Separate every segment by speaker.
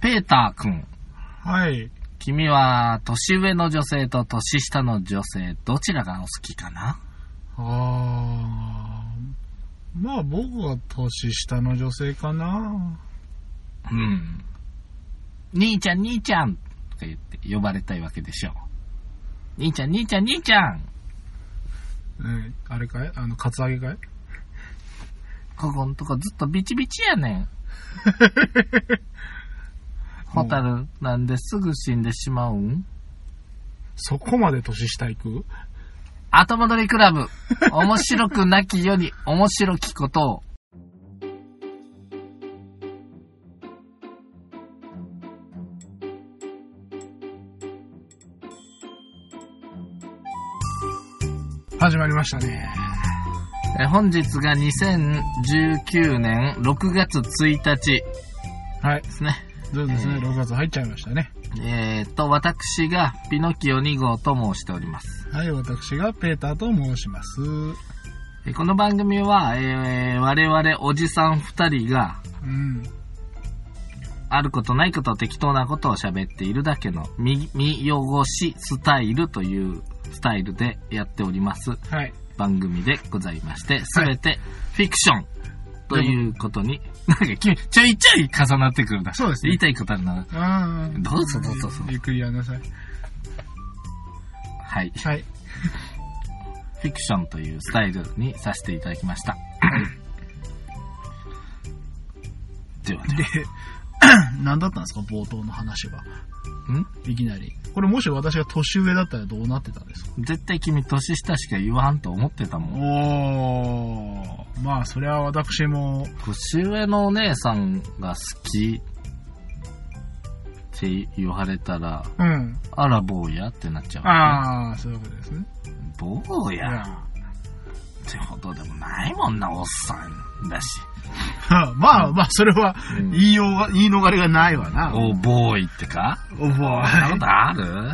Speaker 1: ペーターくん。
Speaker 2: はい。
Speaker 1: 君は、年上の女性と年下の女性、どちらがお好きかな
Speaker 2: あー。まあ僕は年下の女性かな。
Speaker 1: うん。兄ちゃん、兄ちゃんって言って呼ばれたいわけでしょ。兄ちゃん、兄ちゃん、兄ちゃん
Speaker 2: うんあれかいあの、カツアゲかい
Speaker 1: ここんとこずっとビチビチやね ん。ホタル、なんですぐ死んでしまうん
Speaker 2: そこまで年下行く
Speaker 1: 後戻りクラブ。面白くなきより面白きことを。
Speaker 2: 始まりましたね。
Speaker 1: え本日が2019年6月1日で
Speaker 2: はい。
Speaker 1: すね。
Speaker 2: そうですね、
Speaker 1: えー
Speaker 2: 6月入っちゃいましたね。
Speaker 1: えー、っと、私がピノキオ2号と申しております。
Speaker 2: はい、私がペーターと申します。
Speaker 1: えこの番組は、えー我々おじさん2人が
Speaker 2: うん。
Speaker 1: あることないこと適当なことを喋っているだけの見見汚しスタイルというスタイルでやっております
Speaker 2: はい。
Speaker 1: 番組でございまして、すべてフィクションということに、なんか君ちょいちょい重なってくるんだ。
Speaker 2: そうですね
Speaker 1: 言いたいことあるな。
Speaker 2: あー
Speaker 1: どうぞどうぞどうぞ
Speaker 2: ゆっくりやんなさい。
Speaker 1: はい。
Speaker 2: はい。
Speaker 1: フィクションというスタイルにさせていただきました。ではね。
Speaker 2: 何だったんですか冒頭の話は。
Speaker 1: ん
Speaker 2: いきなり。これもし私が年上だったらどうなってたんですか
Speaker 1: 絶対君年下しか言わんと思ってたもん。
Speaker 2: おー。まあ、そりゃ私も、
Speaker 1: 年上のお姉さんが好きって言われたら、
Speaker 2: うん。
Speaker 1: あら、坊やってなっちゃう、
Speaker 2: あー、そういうことですね。
Speaker 1: 坊
Speaker 2: いや
Speaker 1: やってほどでもないもんな、おっさんだし。
Speaker 2: まあまあ、それは、
Speaker 1: うん
Speaker 2: 言いようが、言い逃れがないわな。
Speaker 1: お、ボーイってか
Speaker 2: おば
Speaker 1: そんなこ
Speaker 2: あ。
Speaker 1: とある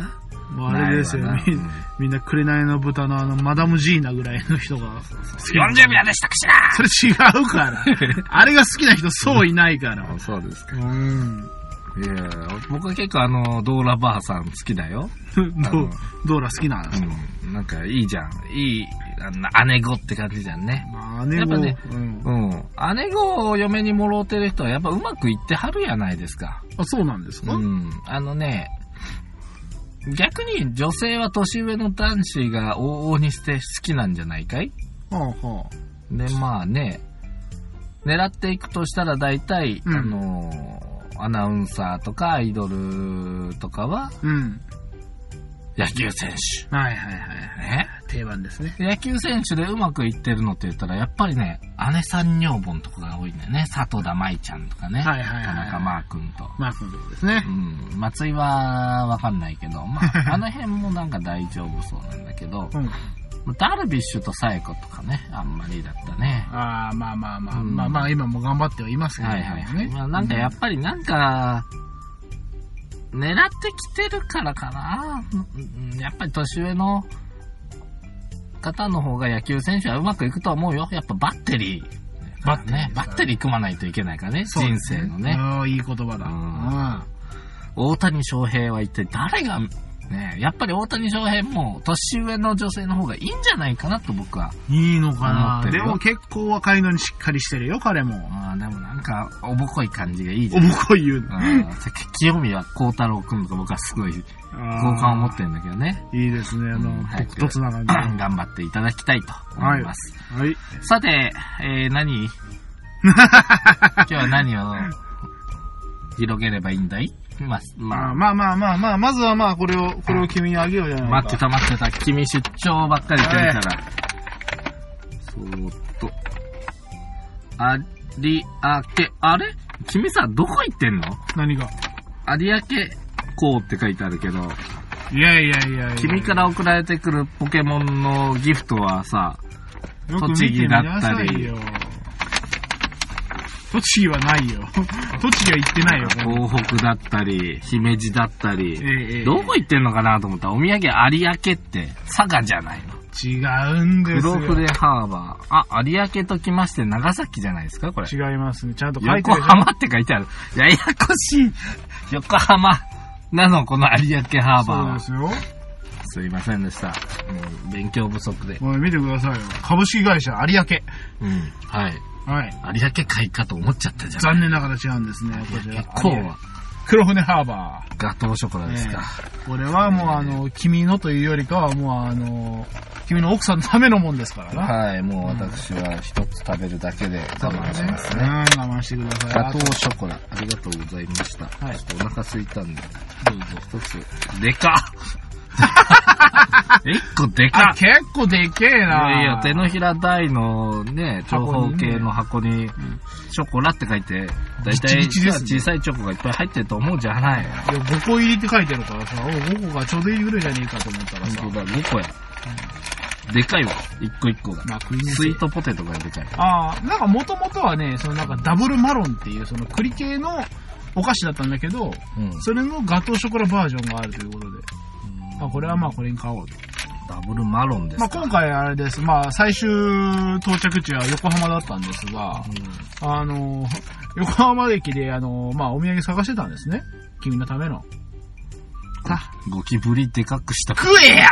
Speaker 2: あれですよ、
Speaker 1: ないわ
Speaker 2: み
Speaker 1: なん
Speaker 2: みんな、紅の豚のあの、マダムジーナぐらいの人が好きな。
Speaker 1: 40秒でしたくしら
Speaker 2: それ違 うから。あれが好きな人、そういないから。
Speaker 1: そうですか。
Speaker 2: うん。
Speaker 1: いや、僕は結構あの、ドーラばあさん好きだよ。
Speaker 2: ど
Speaker 1: あの
Speaker 2: う、どうら好きなんですか、
Speaker 1: うん。なんかいいじゃん。いい、あの姉子って感じじゃんね。
Speaker 2: まあ、姉
Speaker 1: やっ
Speaker 2: も、
Speaker 1: ぱね
Speaker 2: うん。
Speaker 1: うん。姉子を嫁にもろうてる人はやっぱうまくいってはるやないですか。
Speaker 2: あ、そうなんですか、
Speaker 1: うん。あのね、逆に女性は年上の男子が往々にして好きなんじゃないかい
Speaker 2: はあは
Speaker 1: で、まあね、狙っていくとしたら大体、
Speaker 2: うん
Speaker 1: あの、アナウンサーとかアイドルとかは
Speaker 2: あ。うん。
Speaker 1: 野球選手。
Speaker 2: はいはいはいはい。
Speaker 1: ね。
Speaker 2: 定番ですね。
Speaker 1: 野球選手でうまくいってるのって言ったら、やっぱりね、姉さん女房のとこが多いんだよね。佐藤田舞ちゃんとかね。
Speaker 2: はいはいはい
Speaker 1: 田中マー君と。
Speaker 2: マー君のとこですね
Speaker 1: う。ん、松井はわかんないけど、ま あ、あの辺もなんか大丈夫そうなんだけど、
Speaker 2: うん。
Speaker 1: ダルビッシュとサエコとかね、あんまりだったね。
Speaker 2: ああ、まあまあまあ、
Speaker 1: うん
Speaker 2: まあまあ、今も頑張ってはいますけど
Speaker 1: はい
Speaker 2: ね。
Speaker 1: はいはい。まあ、なんかやっぱりなんか、狙ってきてるからかな。うんやっぱり年上の方の方が野球選手はうまくいくと思うよ。やっぱバッテリー、
Speaker 2: バッテリー
Speaker 1: ね。バッテリー組まないといけないからね、
Speaker 2: そう
Speaker 1: 人
Speaker 2: です
Speaker 1: 生のね。
Speaker 2: ああ、いい言葉だ。
Speaker 1: う大谷翔平は一体誰が、ね、やっぱり大谷翔平も年上の女性の方がいいんじゃないかなと僕は。
Speaker 2: うん。いいの
Speaker 1: 思
Speaker 2: か
Speaker 1: っ
Speaker 2: な
Speaker 1: てる
Speaker 2: で
Speaker 1: よ
Speaker 2: も結構若いのにしっかりしてるよ、彼も。
Speaker 1: あーでもなんか、おぼこい感じがいいじ
Speaker 2: お
Speaker 1: ゃん。
Speaker 2: ぼこい言うの。
Speaker 1: うんさっき清宮幸太郎君とか僕はすごい好感を持ってるんだけどね。
Speaker 2: いいですね、あの
Speaker 1: うん、早く
Speaker 2: 独特な感じ。
Speaker 1: 頑張っていただきたいと思います。
Speaker 2: はい。
Speaker 1: さて、えー、何今日は何を広げればいいんだいまあ、ま
Speaker 2: ま
Speaker 1: あ
Speaker 2: あ、まあまあまあまあ、まずはまあ、これを、これを君にあげようじゃないか。
Speaker 1: 待ってた待ってた。君出張ばっかりしてるから。そーっと。ありあけ、あれ君さ、どこ行ってんの
Speaker 2: 何が
Speaker 1: 有明港って書いてあるけど、
Speaker 2: いやいやいやいや。
Speaker 1: 君から送られてくるポケモンのギフトはさ、
Speaker 2: よく見てみなさい
Speaker 1: 栃木だ
Speaker 2: よ。栃木はな いよ。栃木は行ってないよ。
Speaker 1: 東北だったり、姫路だったり、
Speaker 2: ええええ
Speaker 1: どこ行ってんのかなと思ったら、お土産有明って佐賀じゃないの。
Speaker 2: 違うんですよ。
Speaker 1: 黒船ハーバー。あ、有明ときまして長崎じゃないですかこれ。
Speaker 2: 違いますね。ちゃんと書いて
Speaker 1: 横
Speaker 2: るでしょ。
Speaker 1: 浜って書いてある。ややこしい。横浜なの、この有明ハーバー
Speaker 2: そう
Speaker 1: は
Speaker 2: で。すよ。
Speaker 1: すいませんでした。うん、勉強不足で。
Speaker 2: これ見てくださいよ。株式会社有明。
Speaker 1: うん。はい。
Speaker 2: はい。
Speaker 1: 有明海かと思っちゃったじゃん。
Speaker 2: 残念ながら違うんですね。こちら。
Speaker 1: 結構
Speaker 2: 有明
Speaker 1: は、
Speaker 2: 黒船ハーバー。
Speaker 1: ガトーショコラですか。
Speaker 2: これはもうあの、君のというよりかはもうあの、君の奥さんのためのもんですからな。
Speaker 1: はい、もう私は一つ食べるだけで我慢します
Speaker 2: うん
Speaker 1: ね。
Speaker 2: 我慢してください。
Speaker 1: ガトーショコラ、ありがとうございました。
Speaker 2: はい
Speaker 1: ちょっとお腹空いたんで、どうぞ一つ。で かっ一個でか
Speaker 2: あ、
Speaker 1: っ
Speaker 2: 結構でけえ
Speaker 1: いやいや
Speaker 2: な。
Speaker 1: 手のひら大のね、長方形の箱に、ショコラって書いて、だいたい
Speaker 2: ギチギチですね
Speaker 1: 小さいチョコがいっぱい入ってると思うじゃない。
Speaker 2: いや5個入りって書いてるからさ、お5個がちょうどいいぐらいじゃねえかと思ったらさ
Speaker 1: 本、当だ、5個や。でかいわ、1個1個が。
Speaker 2: まあ食いね
Speaker 1: スイートポテトがでかい。
Speaker 2: ああ、なんかもともとはね、そのなんかダブルマロンっていうその栗系のお菓子だったんだけど、
Speaker 1: うん。
Speaker 2: それのガトーショコラバージョンがあるということで、まあこれはまあこれに買おうと。
Speaker 1: ダブルマロンです
Speaker 2: まあ
Speaker 1: か。
Speaker 2: 今回あれです、まあ最終到着地は横浜だったんですが、あの、横浜駅であの、まあお土産探してたんですね。君のための。さ、
Speaker 1: うんゴキブリでかくした。
Speaker 2: 食えや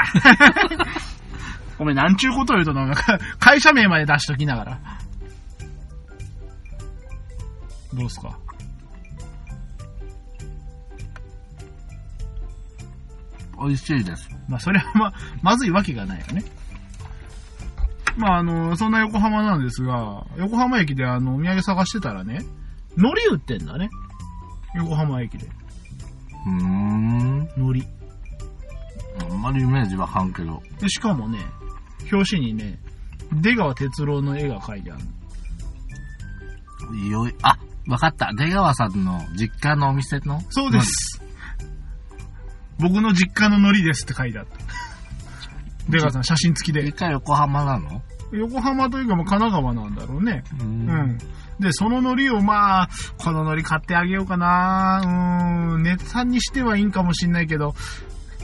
Speaker 2: おめえなんちゅうこと言うとなんか会社名まで出しときながら。どうすか
Speaker 1: 美味しいです。
Speaker 2: まあ、それはまあ、 まずいわけがないよね。まあ、あの、そんな横浜なんですが、横浜駅であの、お土産探してたらね、海苔売ってんだね。横浜駅で。
Speaker 1: うーん。
Speaker 2: 海苔。
Speaker 1: あんまりイメージわかんけど。
Speaker 2: で、しかもね、表紙にね、出川哲郎の絵が描いてあるの。
Speaker 1: いよい、あ、わかった。出川さんの実家のお店の
Speaker 2: そうで。す。僕の実家の海苔ですって書いてあった。出川さん、写真付き
Speaker 1: 実
Speaker 2: で。
Speaker 1: 家横浜なの
Speaker 2: 横浜というか、まあ、神奈川なんだろうね。
Speaker 1: う
Speaker 2: う。ん。で、そのノリをまあ、このノリ買ってあげようかなうーん、ネタにしてはいいんかもしんないけど、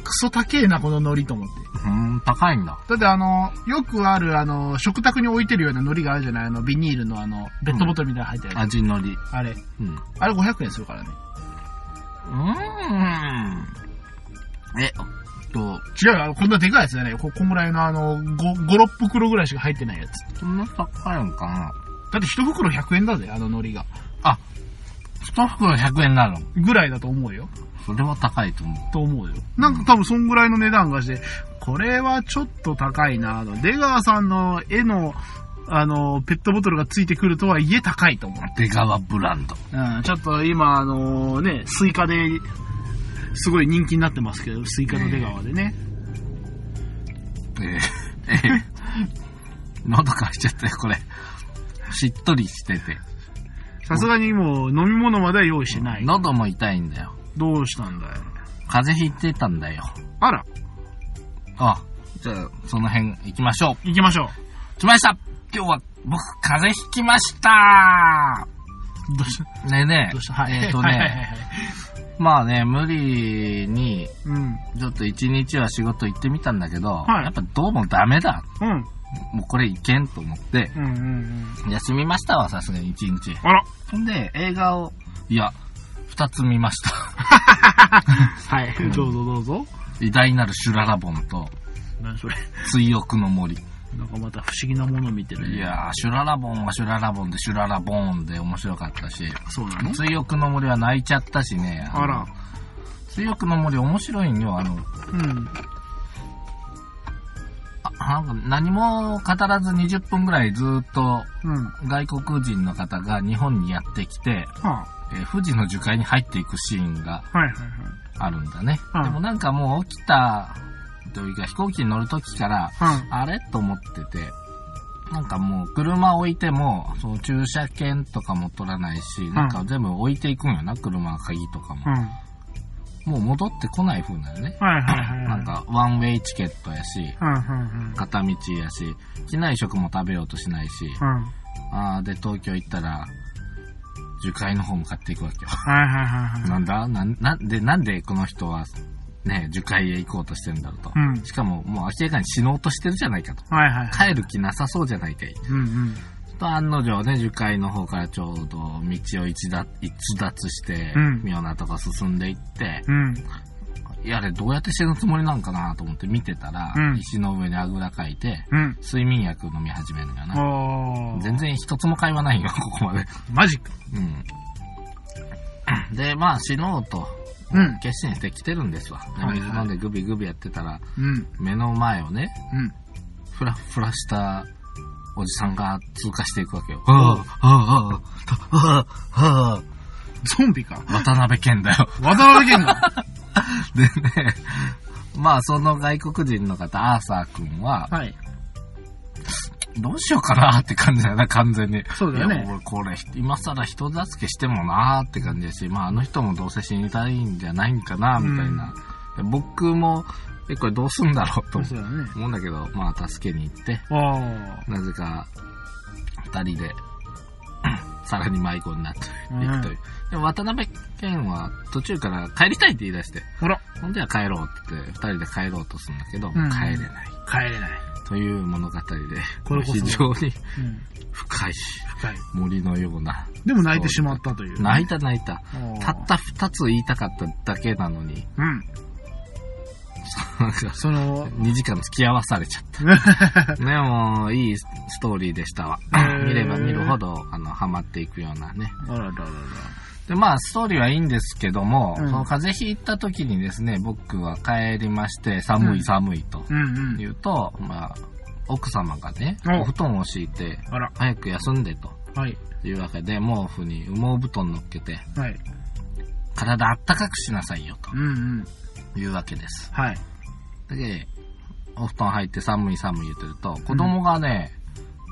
Speaker 2: クソ高えな、このノリと思って。
Speaker 1: うん、高いんだ。
Speaker 2: だってあの、よくあるあの、食卓に置いてるようなノリがあるじゃないあの、ビニールのあの、ペットボトルみたいなの入ってるやつ、
Speaker 1: 味のり。
Speaker 2: あれ。
Speaker 1: うん。う
Speaker 2: あれ500円するからね。
Speaker 1: ーん。え、おっと、
Speaker 2: 違うよあの、こんなでかいやつじゃないよ。ここんぐらいのあの、5、5 6袋ぐらいしか入ってないやつ。
Speaker 1: そんな高いんかな
Speaker 2: だって1袋100円だぜ、あのノリが。
Speaker 1: 一袋100円なの。
Speaker 2: ぐらいだと思うよ。
Speaker 1: それは高いと思う。
Speaker 2: と思うよ。なんか多分そんぐらいの値段がして、これはちょっと高いなあの出川さんの絵の、あの、ペットボトルがついてくるとはいえ高いと思う。
Speaker 1: 出川ブランド。
Speaker 2: うん、ちょっと今、あのね、スイカで、すごい人気になってますけど、スイカの出川でね。
Speaker 1: ええええ喉乾いちゃったよ、これ。しっとりしてて。
Speaker 2: さすがにもう飲み物までは用意してない。
Speaker 1: 喉も痛いんだよ。
Speaker 2: どうしたんだよ。
Speaker 1: 風邪ひいてたんだよ。
Speaker 2: あら、
Speaker 1: あ、じゃあ、その辺行きましょ
Speaker 2: 行きましょう。
Speaker 1: う。来ました今日は僕、風邪ひきました
Speaker 2: どうした
Speaker 1: ねえねえ。
Speaker 2: どうしたはい。
Speaker 1: えっ、と
Speaker 2: はいはいはい
Speaker 1: ね、
Speaker 2: はい。
Speaker 1: まあね、無理に、
Speaker 2: うん。
Speaker 1: ちょっと一日は仕事行ってみたんだけど、
Speaker 2: はい
Speaker 1: やっぱどうもダメだ。
Speaker 2: うん。
Speaker 1: もうこれいけんと思って、
Speaker 2: うんうんうん。
Speaker 1: 休みましたわ、さすがに一日。
Speaker 2: あら。
Speaker 1: ほんで、映画を、いや、二つ見ました。
Speaker 2: はい。 どうぞどうぞ。
Speaker 1: 偉大なるシュララボンと、
Speaker 2: 何それ。
Speaker 1: 追憶の森。
Speaker 2: なんかまた不思議なものを見てるね。
Speaker 1: いやー、シュララボンはシュララボンで、シュララボーンで面白かったし、
Speaker 2: そうなの
Speaker 1: 追憶の森は泣いちゃったしね、
Speaker 2: あら。
Speaker 1: 追憶の森面白いんよ、あの、
Speaker 2: うん。
Speaker 1: あなんか何も語らず20分ぐらいずーっと
Speaker 2: うん。
Speaker 1: 外国人の方が日本にやってきて、
Speaker 2: は
Speaker 1: えー富士の樹海に入っていくシーンが
Speaker 2: あ、はいはいはい。
Speaker 1: あるんだね。
Speaker 2: うん
Speaker 1: でもなんかもう起きたというか飛行機に乗る時から、
Speaker 2: うん。
Speaker 1: あれと思ってて、なんかもう車置いても、その駐車券とかも取らないし、なんか全部置いていくんよな、車、鍵とか
Speaker 2: う
Speaker 1: も。もう
Speaker 2: ん。
Speaker 1: 戻ってこない風なのね。
Speaker 2: はいはいはい。
Speaker 1: なん。かワンウェイチケットやし、
Speaker 2: うんうん
Speaker 1: 片道やし、機内食も食べようとしないし、
Speaker 2: うん。うん。
Speaker 1: あーで東京行ったら、樹海の方向かっていくわけよ。
Speaker 2: はいはいはいはい。
Speaker 1: なんだなん、なんで、なんでこの人はね、樹海へ行こうとしてるんだろうと。
Speaker 2: うん。
Speaker 1: しかも、もう明らかに死のうとしてるじゃないかと。
Speaker 2: はいはい。
Speaker 1: 帰る気なさそうじゃないかい。
Speaker 2: うんうん。
Speaker 1: と案の定ね、樹海の方からちょうど道を一奪一奪して、
Speaker 2: うん
Speaker 1: 妙なとこ進んでいって、
Speaker 2: うん。
Speaker 1: いや、あれどうやって死ぬつもりなんかなと思って見てたら、
Speaker 2: うん
Speaker 1: 石の上にあぐらかいて、
Speaker 2: うん。
Speaker 1: 睡眠薬飲み始めるんだよな。
Speaker 2: おー。
Speaker 1: 全然一つも会話ないよ、ここまで。
Speaker 2: マジック。
Speaker 1: うん。で、まあ死のうと、
Speaker 2: うん。
Speaker 1: 決心して来てるんですわ。で
Speaker 2: はいはい
Speaker 1: 水飲んでグビグビやってたら、
Speaker 2: うん。
Speaker 1: 目の前をね、
Speaker 2: うん。
Speaker 1: ふらふらしたおじさんが通過していくわけよ。
Speaker 2: あ
Speaker 1: あ、ああ、ああ、あ
Speaker 2: ゾンビか。
Speaker 1: あ。渡辺謙だよ。
Speaker 2: 渡辺謙が。
Speaker 1: でね、まあその外国人の方、アーサー君は、
Speaker 2: はい。
Speaker 1: どうしようかなって感じだよな、完全に。
Speaker 2: そうだよね
Speaker 1: いや俺これ、今更人助けしてもなーって感じだし、まああの人もどうせ死にたいんじゃないんかな、みたいな。で僕も、え、これどうすんだろうと
Speaker 2: そうだね。
Speaker 1: 思うんだけど、まあ助けに行って、
Speaker 2: おー。
Speaker 1: なぜか、二人で、 さらに迷子になっていくという。で渡辺謙は途中から帰りたいって言い出して、
Speaker 2: ほら。
Speaker 1: ほんでは帰ろうって言って、二人で帰ろうとするんだけど、
Speaker 2: ん
Speaker 1: 帰れない。
Speaker 2: 帰れない。
Speaker 1: という物語で、
Speaker 2: これこそ
Speaker 1: 非常に
Speaker 2: うん。
Speaker 1: 深い
Speaker 2: 深い。
Speaker 1: 森のような。
Speaker 2: でも泣いてしまったという。
Speaker 1: 泣いた泣いた。
Speaker 2: おー
Speaker 1: たった二つ言いたかっただけなのに、
Speaker 2: うん。
Speaker 1: なんか、
Speaker 2: その、
Speaker 1: 2時間付き合わされちゃった。 ね、もう、いいストーリーでしたわ
Speaker 2: へ。ー
Speaker 1: 見れば見るほど、あの、ハマっていくようなね。
Speaker 2: あらららら。
Speaker 1: で、まあ、ストーリーはいいんですけども、
Speaker 2: うん
Speaker 1: その風邪ひいた時にですね、僕は帰りまして、寒
Speaker 2: う
Speaker 1: い
Speaker 2: ん
Speaker 1: 寒いと
Speaker 2: うんうん。
Speaker 1: 言うと、まあ、奥様がね、
Speaker 2: お
Speaker 1: お布団を敷いて、
Speaker 2: あら。
Speaker 1: 早く休んでと
Speaker 2: はい。
Speaker 1: いうわけで、毛布に羽毛布団乗っけて、
Speaker 2: はい。
Speaker 1: 体あったかくしなさいよ
Speaker 2: うんうん。
Speaker 1: というわけです。
Speaker 2: はい。
Speaker 1: で、お布団入って寒い寒い言ってると、子供がね、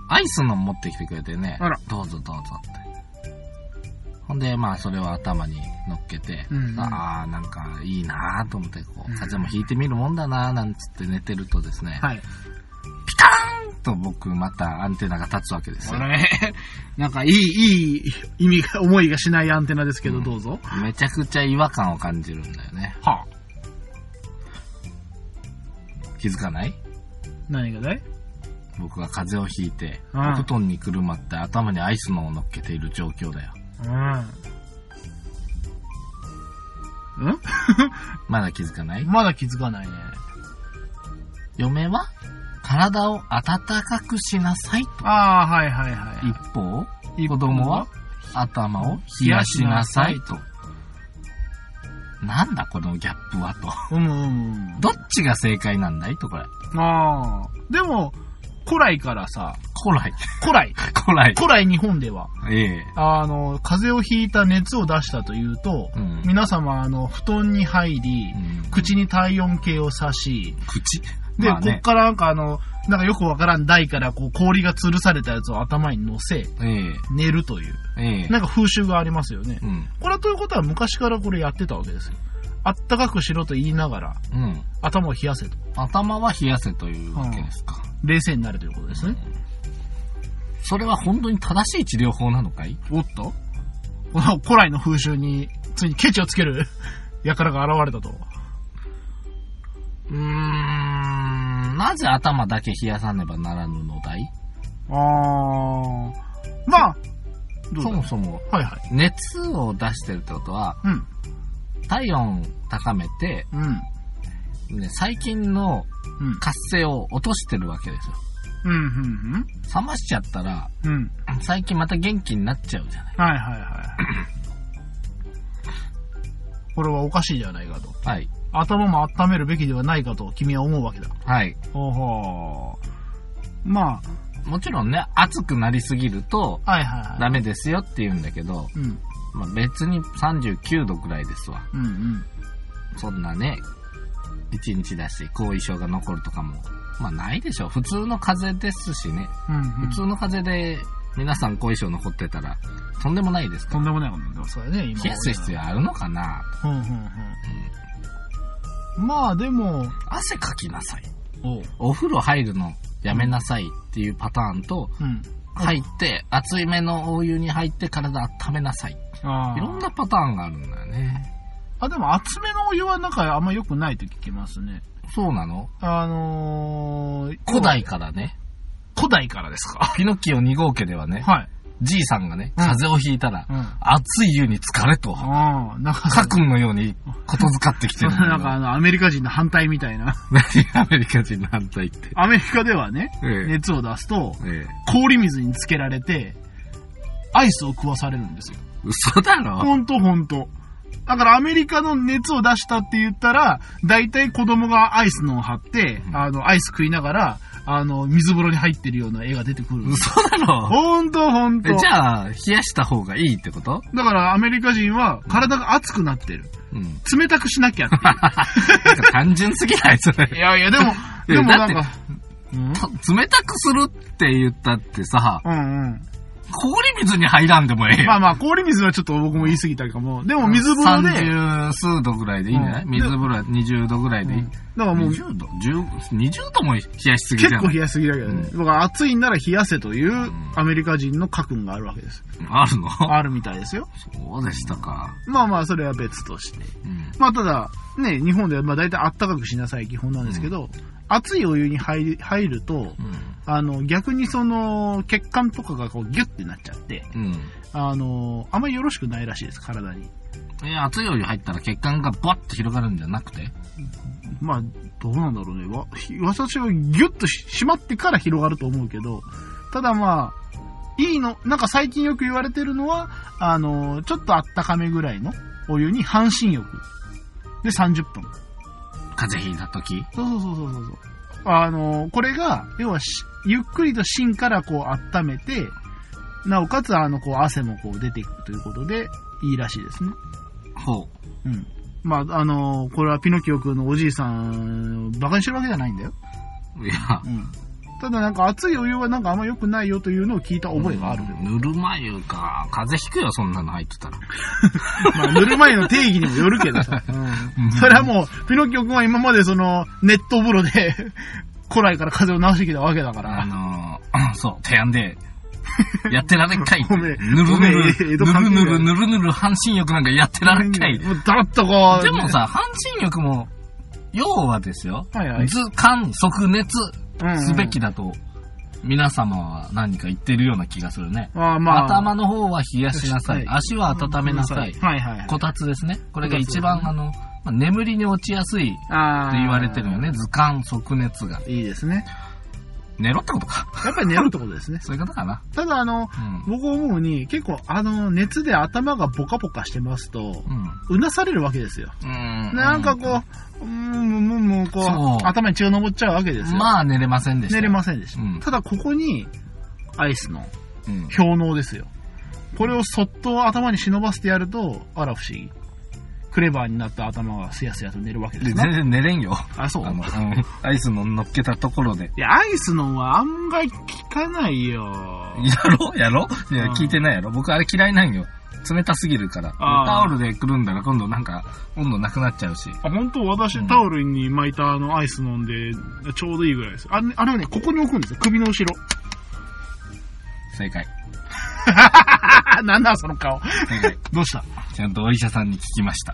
Speaker 1: アイスの持ってきてくれてね
Speaker 2: あら、
Speaker 1: どうぞどうぞって。ほんで、まあ、それを頭に乗っけて、
Speaker 2: うんうん
Speaker 1: ああ、なんかいいなーと思って、こう、
Speaker 2: うん
Speaker 1: 風邪もひいてみるもんだなーなんつって寝てるとですね、
Speaker 2: はい。
Speaker 1: ピターンと僕、またアンテナが立つわけですよ
Speaker 2: あ。れ、 なんかいい、いい意味が、思いがしないアンテナですけど、
Speaker 1: うん
Speaker 2: どうぞ。
Speaker 1: めちゃくちゃ違和感を感じるんだよね。
Speaker 2: は
Speaker 1: 気づかない
Speaker 2: 何がだい
Speaker 1: 僕が風邪をひいて、
Speaker 2: うん
Speaker 1: お布団にくるまって頭にアイスのを乗っけている状況だよ。
Speaker 2: うん。ん
Speaker 1: まだ気づかない
Speaker 2: まだ気づかないね。
Speaker 1: 嫁は体を温かくしなさいと。
Speaker 2: ああ、はいはいは
Speaker 1: 一
Speaker 2: い。
Speaker 1: 方、子供は頭を冷やしなさいと。なんだこのギャップはと。
Speaker 2: うんうんうん。
Speaker 1: どっちが正解なんだいとこれ。
Speaker 2: ああ。でも、古来からさ、
Speaker 1: 古 来。
Speaker 2: 古来、
Speaker 1: 古来。
Speaker 2: 古来日本では、
Speaker 1: ええ。
Speaker 2: あの、風邪をひいた熱を出したというと、
Speaker 1: うん
Speaker 2: 皆様、あの、布団に入り
Speaker 1: う、ん
Speaker 2: 口に体温計を刺し、
Speaker 1: 口。
Speaker 2: で、
Speaker 1: まあ
Speaker 2: こっ
Speaker 1: ね。
Speaker 2: からなんかあの、なんかよくわからん台からこう氷が吊るされたやつを頭に乗せ、
Speaker 1: ええ。
Speaker 2: 寝るという、
Speaker 1: ええ。
Speaker 2: なんか風習がありますよね。
Speaker 1: うん。
Speaker 2: これはということは昔からこれやってたわけですよ。あったかくしろと言いながら、
Speaker 1: うん。
Speaker 2: 頭を冷やせと。
Speaker 1: 頭は冷やせというわけですか。
Speaker 2: 冷静になるということですね。
Speaker 1: それは本当に正しい治療法なのかい
Speaker 2: おっとこの 古来の風習に、ついにケチをつける 輩が現れたと。
Speaker 1: うーん、なぜ頭だけ冷やさねばならぬのだい
Speaker 2: あー。まあ、どうだ
Speaker 1: そもそも、
Speaker 2: はいはい。
Speaker 1: 熱を出してるってことは、
Speaker 2: うん。
Speaker 1: 体温高めて、
Speaker 2: うん。
Speaker 1: ね、細菌の
Speaker 2: うん。
Speaker 1: 活性を落としてるわけですよ。
Speaker 2: うん。
Speaker 1: 冷ましちゃったら、
Speaker 2: うん。うん。うん。
Speaker 1: 最近また元気になっちゃうじゃない。
Speaker 2: はいはいはい。これはおかしいじゃないかと。
Speaker 1: はい。
Speaker 2: 頭も温めるべきではないかと君は思うわけだ。
Speaker 1: はい。
Speaker 2: ほうほう。ま
Speaker 1: もちろんね、熱くなりすぎると、
Speaker 2: あ、はいはいは
Speaker 1: ダメですよって言うんだけど、
Speaker 2: い。うん。
Speaker 1: まあ、別に39度くらいですわ。
Speaker 2: うんうん。
Speaker 1: そんなね、一日だし、後遺症が残るとかも、まあないでしょ。普通の風邪ですしね。
Speaker 2: うん、う
Speaker 1: 普
Speaker 2: ん。
Speaker 1: 通の風邪で皆さん後遺症残ってたら、とんでもないですか
Speaker 2: と
Speaker 1: ら
Speaker 2: ん。でもないことなんだ。そうだね、今。
Speaker 1: 冷やす必要あるのかな
Speaker 2: うんうんうん。まあでも、
Speaker 1: 汗かきなさい。
Speaker 2: おう。
Speaker 1: お風呂入るのやめなさいっていうパターンと、
Speaker 2: うん。
Speaker 1: 入って、熱い目のお湯に入って体温めなさい。
Speaker 2: ああ。
Speaker 1: いろんなパターンがあるんだよね。
Speaker 2: あ、でも厚めのお湯はなんかあんま良くないと聞きますね。
Speaker 1: そうなの
Speaker 2: あのー、
Speaker 1: 古。代からね、
Speaker 2: 古代からですか
Speaker 1: ピノッキオ2号家ではね、
Speaker 2: はい。
Speaker 1: じいさんがね、
Speaker 2: うん
Speaker 1: 風邪をひいたら、
Speaker 2: うん。
Speaker 1: 熱い湯に疲れと、
Speaker 2: ああ、なんか、
Speaker 1: 家君のように、ことづかってきてるんだけ ど
Speaker 2: なんかあの、アメリカ人の反対みたいな。
Speaker 1: 何アメリカ人の反対って。
Speaker 2: アメリカではね、
Speaker 1: ええ
Speaker 2: 熱を出すと、
Speaker 1: ええ、
Speaker 2: 氷水につけられて、アイスを食わされるんですよ。
Speaker 1: 嘘だろ
Speaker 2: ほんとほんと。だからアメリカの熱を出したって言ったら、大体子供がアイスのを張って、
Speaker 1: うん
Speaker 2: あの、アイス食いながら、あの、水風呂に入ってるような絵が出てくるんです。
Speaker 1: 嘘だろ
Speaker 2: ほんとほんと。
Speaker 1: えじ
Speaker 2: だ
Speaker 1: ゃあ、冷やした方がいいってこと
Speaker 2: からアメリカ人は体が熱くなってる。
Speaker 1: うん。
Speaker 2: 冷たくしなきゃっていう
Speaker 1: なんか単純すぎないそれ。
Speaker 2: いやいや、でも、
Speaker 1: いや
Speaker 2: でもなん
Speaker 1: だ
Speaker 2: か、うん
Speaker 1: と冷たくするって言ったってさ、
Speaker 2: うんうん。
Speaker 1: 氷水に入らんでもええよ。
Speaker 2: まあまあ、氷水はちょっと僕も言い過ぎたかも。でも水風呂で、
Speaker 1: 30数度ぐらいでいいんじゃない、
Speaker 2: うん
Speaker 1: 水風呂は20度ぐらいでいい。
Speaker 2: うんだからもう、
Speaker 1: 20度 ?10、20度も冷やしすぎじ
Speaker 2: 結
Speaker 1: ゃ
Speaker 2: 構
Speaker 1: ない
Speaker 2: 冷やしすぎだけどね。僕は暑いんなら冷やせというんアメリカ人の家訓があるわけです。
Speaker 1: あるの
Speaker 2: あるみたいですよ。
Speaker 1: そうでしたか。
Speaker 2: まあまあ、それは別として。
Speaker 1: うん。
Speaker 2: まあただ、ね、日本ではまあ大体あったかくしなさい基本なんですけど、熱いお湯に入り入ると、あの、逆にその、血管とかがこうギュッてなっちゃって、
Speaker 1: うん。
Speaker 2: あの、あんまりよろしくないらしいです、体に。
Speaker 1: うん。え、熱いお湯入ったら血管がバッて広がるんじゃなくて
Speaker 2: まあ、どうなんだろうね。わ、ひ私はギュッとし締まってから広がると思うけど、ただまあ、いいの、なんか最近よく言われてるのは、あの、ちょっとあったかめぐらいのお湯に半身浴。で30分。
Speaker 1: 風邪ひいた時
Speaker 2: そうそうそうそうそうそう。あの、これが、要はし、ゆっくりと芯からこう温めて、なおかつ、あの、こう汗もこう出ていくということで、いいらしいですね。
Speaker 1: ほう。
Speaker 2: うん。まあ、あの、これはピノキオ君のおじいさんをバカにしてるわけじゃないんだよ。
Speaker 1: いや、
Speaker 2: うん。ただなんか熱いお湯はなんかあんま良くないよというのを聞いた覚えがあるけど。
Speaker 1: ぬるま湯か。風邪ひくよ、そんなの入って たら。
Speaker 2: まあ、ぬるま湯の定義にもよるけどさ。うん。それはもう、ピノキオ君は今までその、熱湯風呂で、 古来から風邪を治してきたわけだから。
Speaker 1: あのー、 そう、提案 で、やってられっかい。
Speaker 2: ご
Speaker 1: ぬ
Speaker 2: め
Speaker 1: る
Speaker 2: ん
Speaker 1: ぬ
Speaker 2: ご
Speaker 1: る、
Speaker 2: めん
Speaker 1: ぬる
Speaker 2: 江
Speaker 1: ぬ
Speaker 2: 戸関係
Speaker 1: る
Speaker 2: な
Speaker 1: ぬ
Speaker 2: い
Speaker 1: るぬるぬる半身浴なんかやってられっかい。
Speaker 2: もうだらっとこう。
Speaker 1: でも、さ、半身浴も、要はですよ。
Speaker 2: はいはい
Speaker 1: 図鑑即熱
Speaker 2: うんうん
Speaker 1: すべきだと、皆様は何か言ってるような気がするね。
Speaker 2: ああまあ、
Speaker 1: 頭の方は冷やしなさい。
Speaker 2: はい
Speaker 1: 足は温めなさい。
Speaker 2: はいはい。
Speaker 1: こたつですね。これが一
Speaker 2: こ
Speaker 1: 番、
Speaker 2: た
Speaker 1: あの、まあ眠りに落ちやすいって
Speaker 2: ああ
Speaker 1: 言われてるよ。ね。図鑑即熱が。
Speaker 2: いいですね。
Speaker 1: 寝ろってことか。
Speaker 2: やっぱり寝るってことですね。
Speaker 1: そういうことかな。
Speaker 2: ただあの、
Speaker 1: うん。
Speaker 2: 僕思うに、結構あの、熱で頭がボカボカしてますと、うなされるわけですよ。
Speaker 1: うん。
Speaker 2: なんかこう、うん、もう、もう、こ
Speaker 1: そう
Speaker 2: う、頭に血が上っちゃうわけですよ。
Speaker 1: まあ寝れませんでした。
Speaker 2: 寝れませんでした。
Speaker 1: うん
Speaker 2: ただここに、アイスの
Speaker 1: せん。うん。
Speaker 2: 氷嚢ですよ。これをそっと頭に忍ばせてやると、あら不思議。クレバーになった頭がすやすやと寝るわけで
Speaker 1: です
Speaker 2: ね。
Speaker 1: 全然寝れんよ。
Speaker 2: あ、そう。
Speaker 1: あの、うんアイスの乗っけたところで。
Speaker 2: いや、アイスのは案外効かないよ。
Speaker 1: やろやろいや
Speaker 2: う、ん
Speaker 1: 聞いてないやろ僕あれ嫌いなんよ。冷たすぎるから。
Speaker 2: あー
Speaker 1: タオルでくるんだら今度なんか温度なくなっちゃうし。
Speaker 2: あ本当私、
Speaker 1: うん
Speaker 2: タオルに巻いたあのアイス飲んで、ちょうどいいぐらいです。あれあれはね、ここに置くんですよ。首の後ろ。
Speaker 1: 正解。
Speaker 2: なんだその顔。
Speaker 1: 正 解。
Speaker 2: どうした
Speaker 1: ちゃんとお医者さんに聞きま した。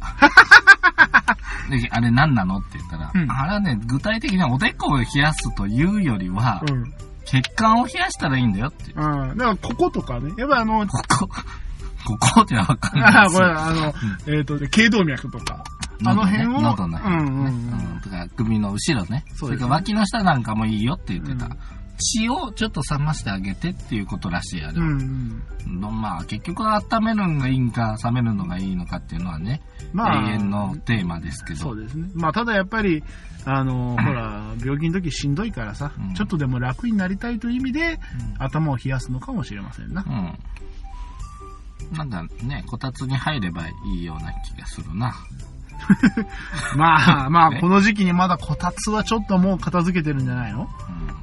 Speaker 1: であれ何なのって言ったら、
Speaker 2: うん
Speaker 1: あれはね、具体的にはおでこを冷やすというよりは、
Speaker 2: うん。
Speaker 1: 血管を冷やしたらいいんだよって。
Speaker 2: うん。だから、こことかね。や っぱりあの、
Speaker 1: ここ、ここってわかんない
Speaker 2: あ
Speaker 1: で
Speaker 2: あ、
Speaker 1: す
Speaker 2: こ
Speaker 1: よ
Speaker 2: れ、あの、えっ、と、頸動脈とか。あの辺を。
Speaker 1: 喉ね。
Speaker 2: うんうんうん。
Speaker 1: うん、とか首の後ろね。
Speaker 2: そ
Speaker 1: そう
Speaker 2: で
Speaker 1: れ
Speaker 2: すね
Speaker 1: から脇の下なんかもいいよって言ってた。
Speaker 2: うん
Speaker 1: 血をちょっと冷ましてあげてっていうことらしいあれ
Speaker 2: う
Speaker 1: は、
Speaker 2: んうん。
Speaker 1: のまあ結局は温めるのがいいんか冷めるのがいいのかっていうのはね、
Speaker 2: まあ、
Speaker 1: 永遠のテーマですけど
Speaker 2: そうですね。まあ、ただやっぱり、あの、ほら、病気の時しんどいからさ、
Speaker 1: うん
Speaker 2: ちょっとでも楽になりたいという意味で、頭を冷やすのかもしれませ んな
Speaker 1: う。ん、なんかねこたつに入ればいいような気がするな
Speaker 2: まあまあ、
Speaker 1: ね
Speaker 2: この時期にまだこたつはちょっともう片付けてるんじゃないの
Speaker 1: うん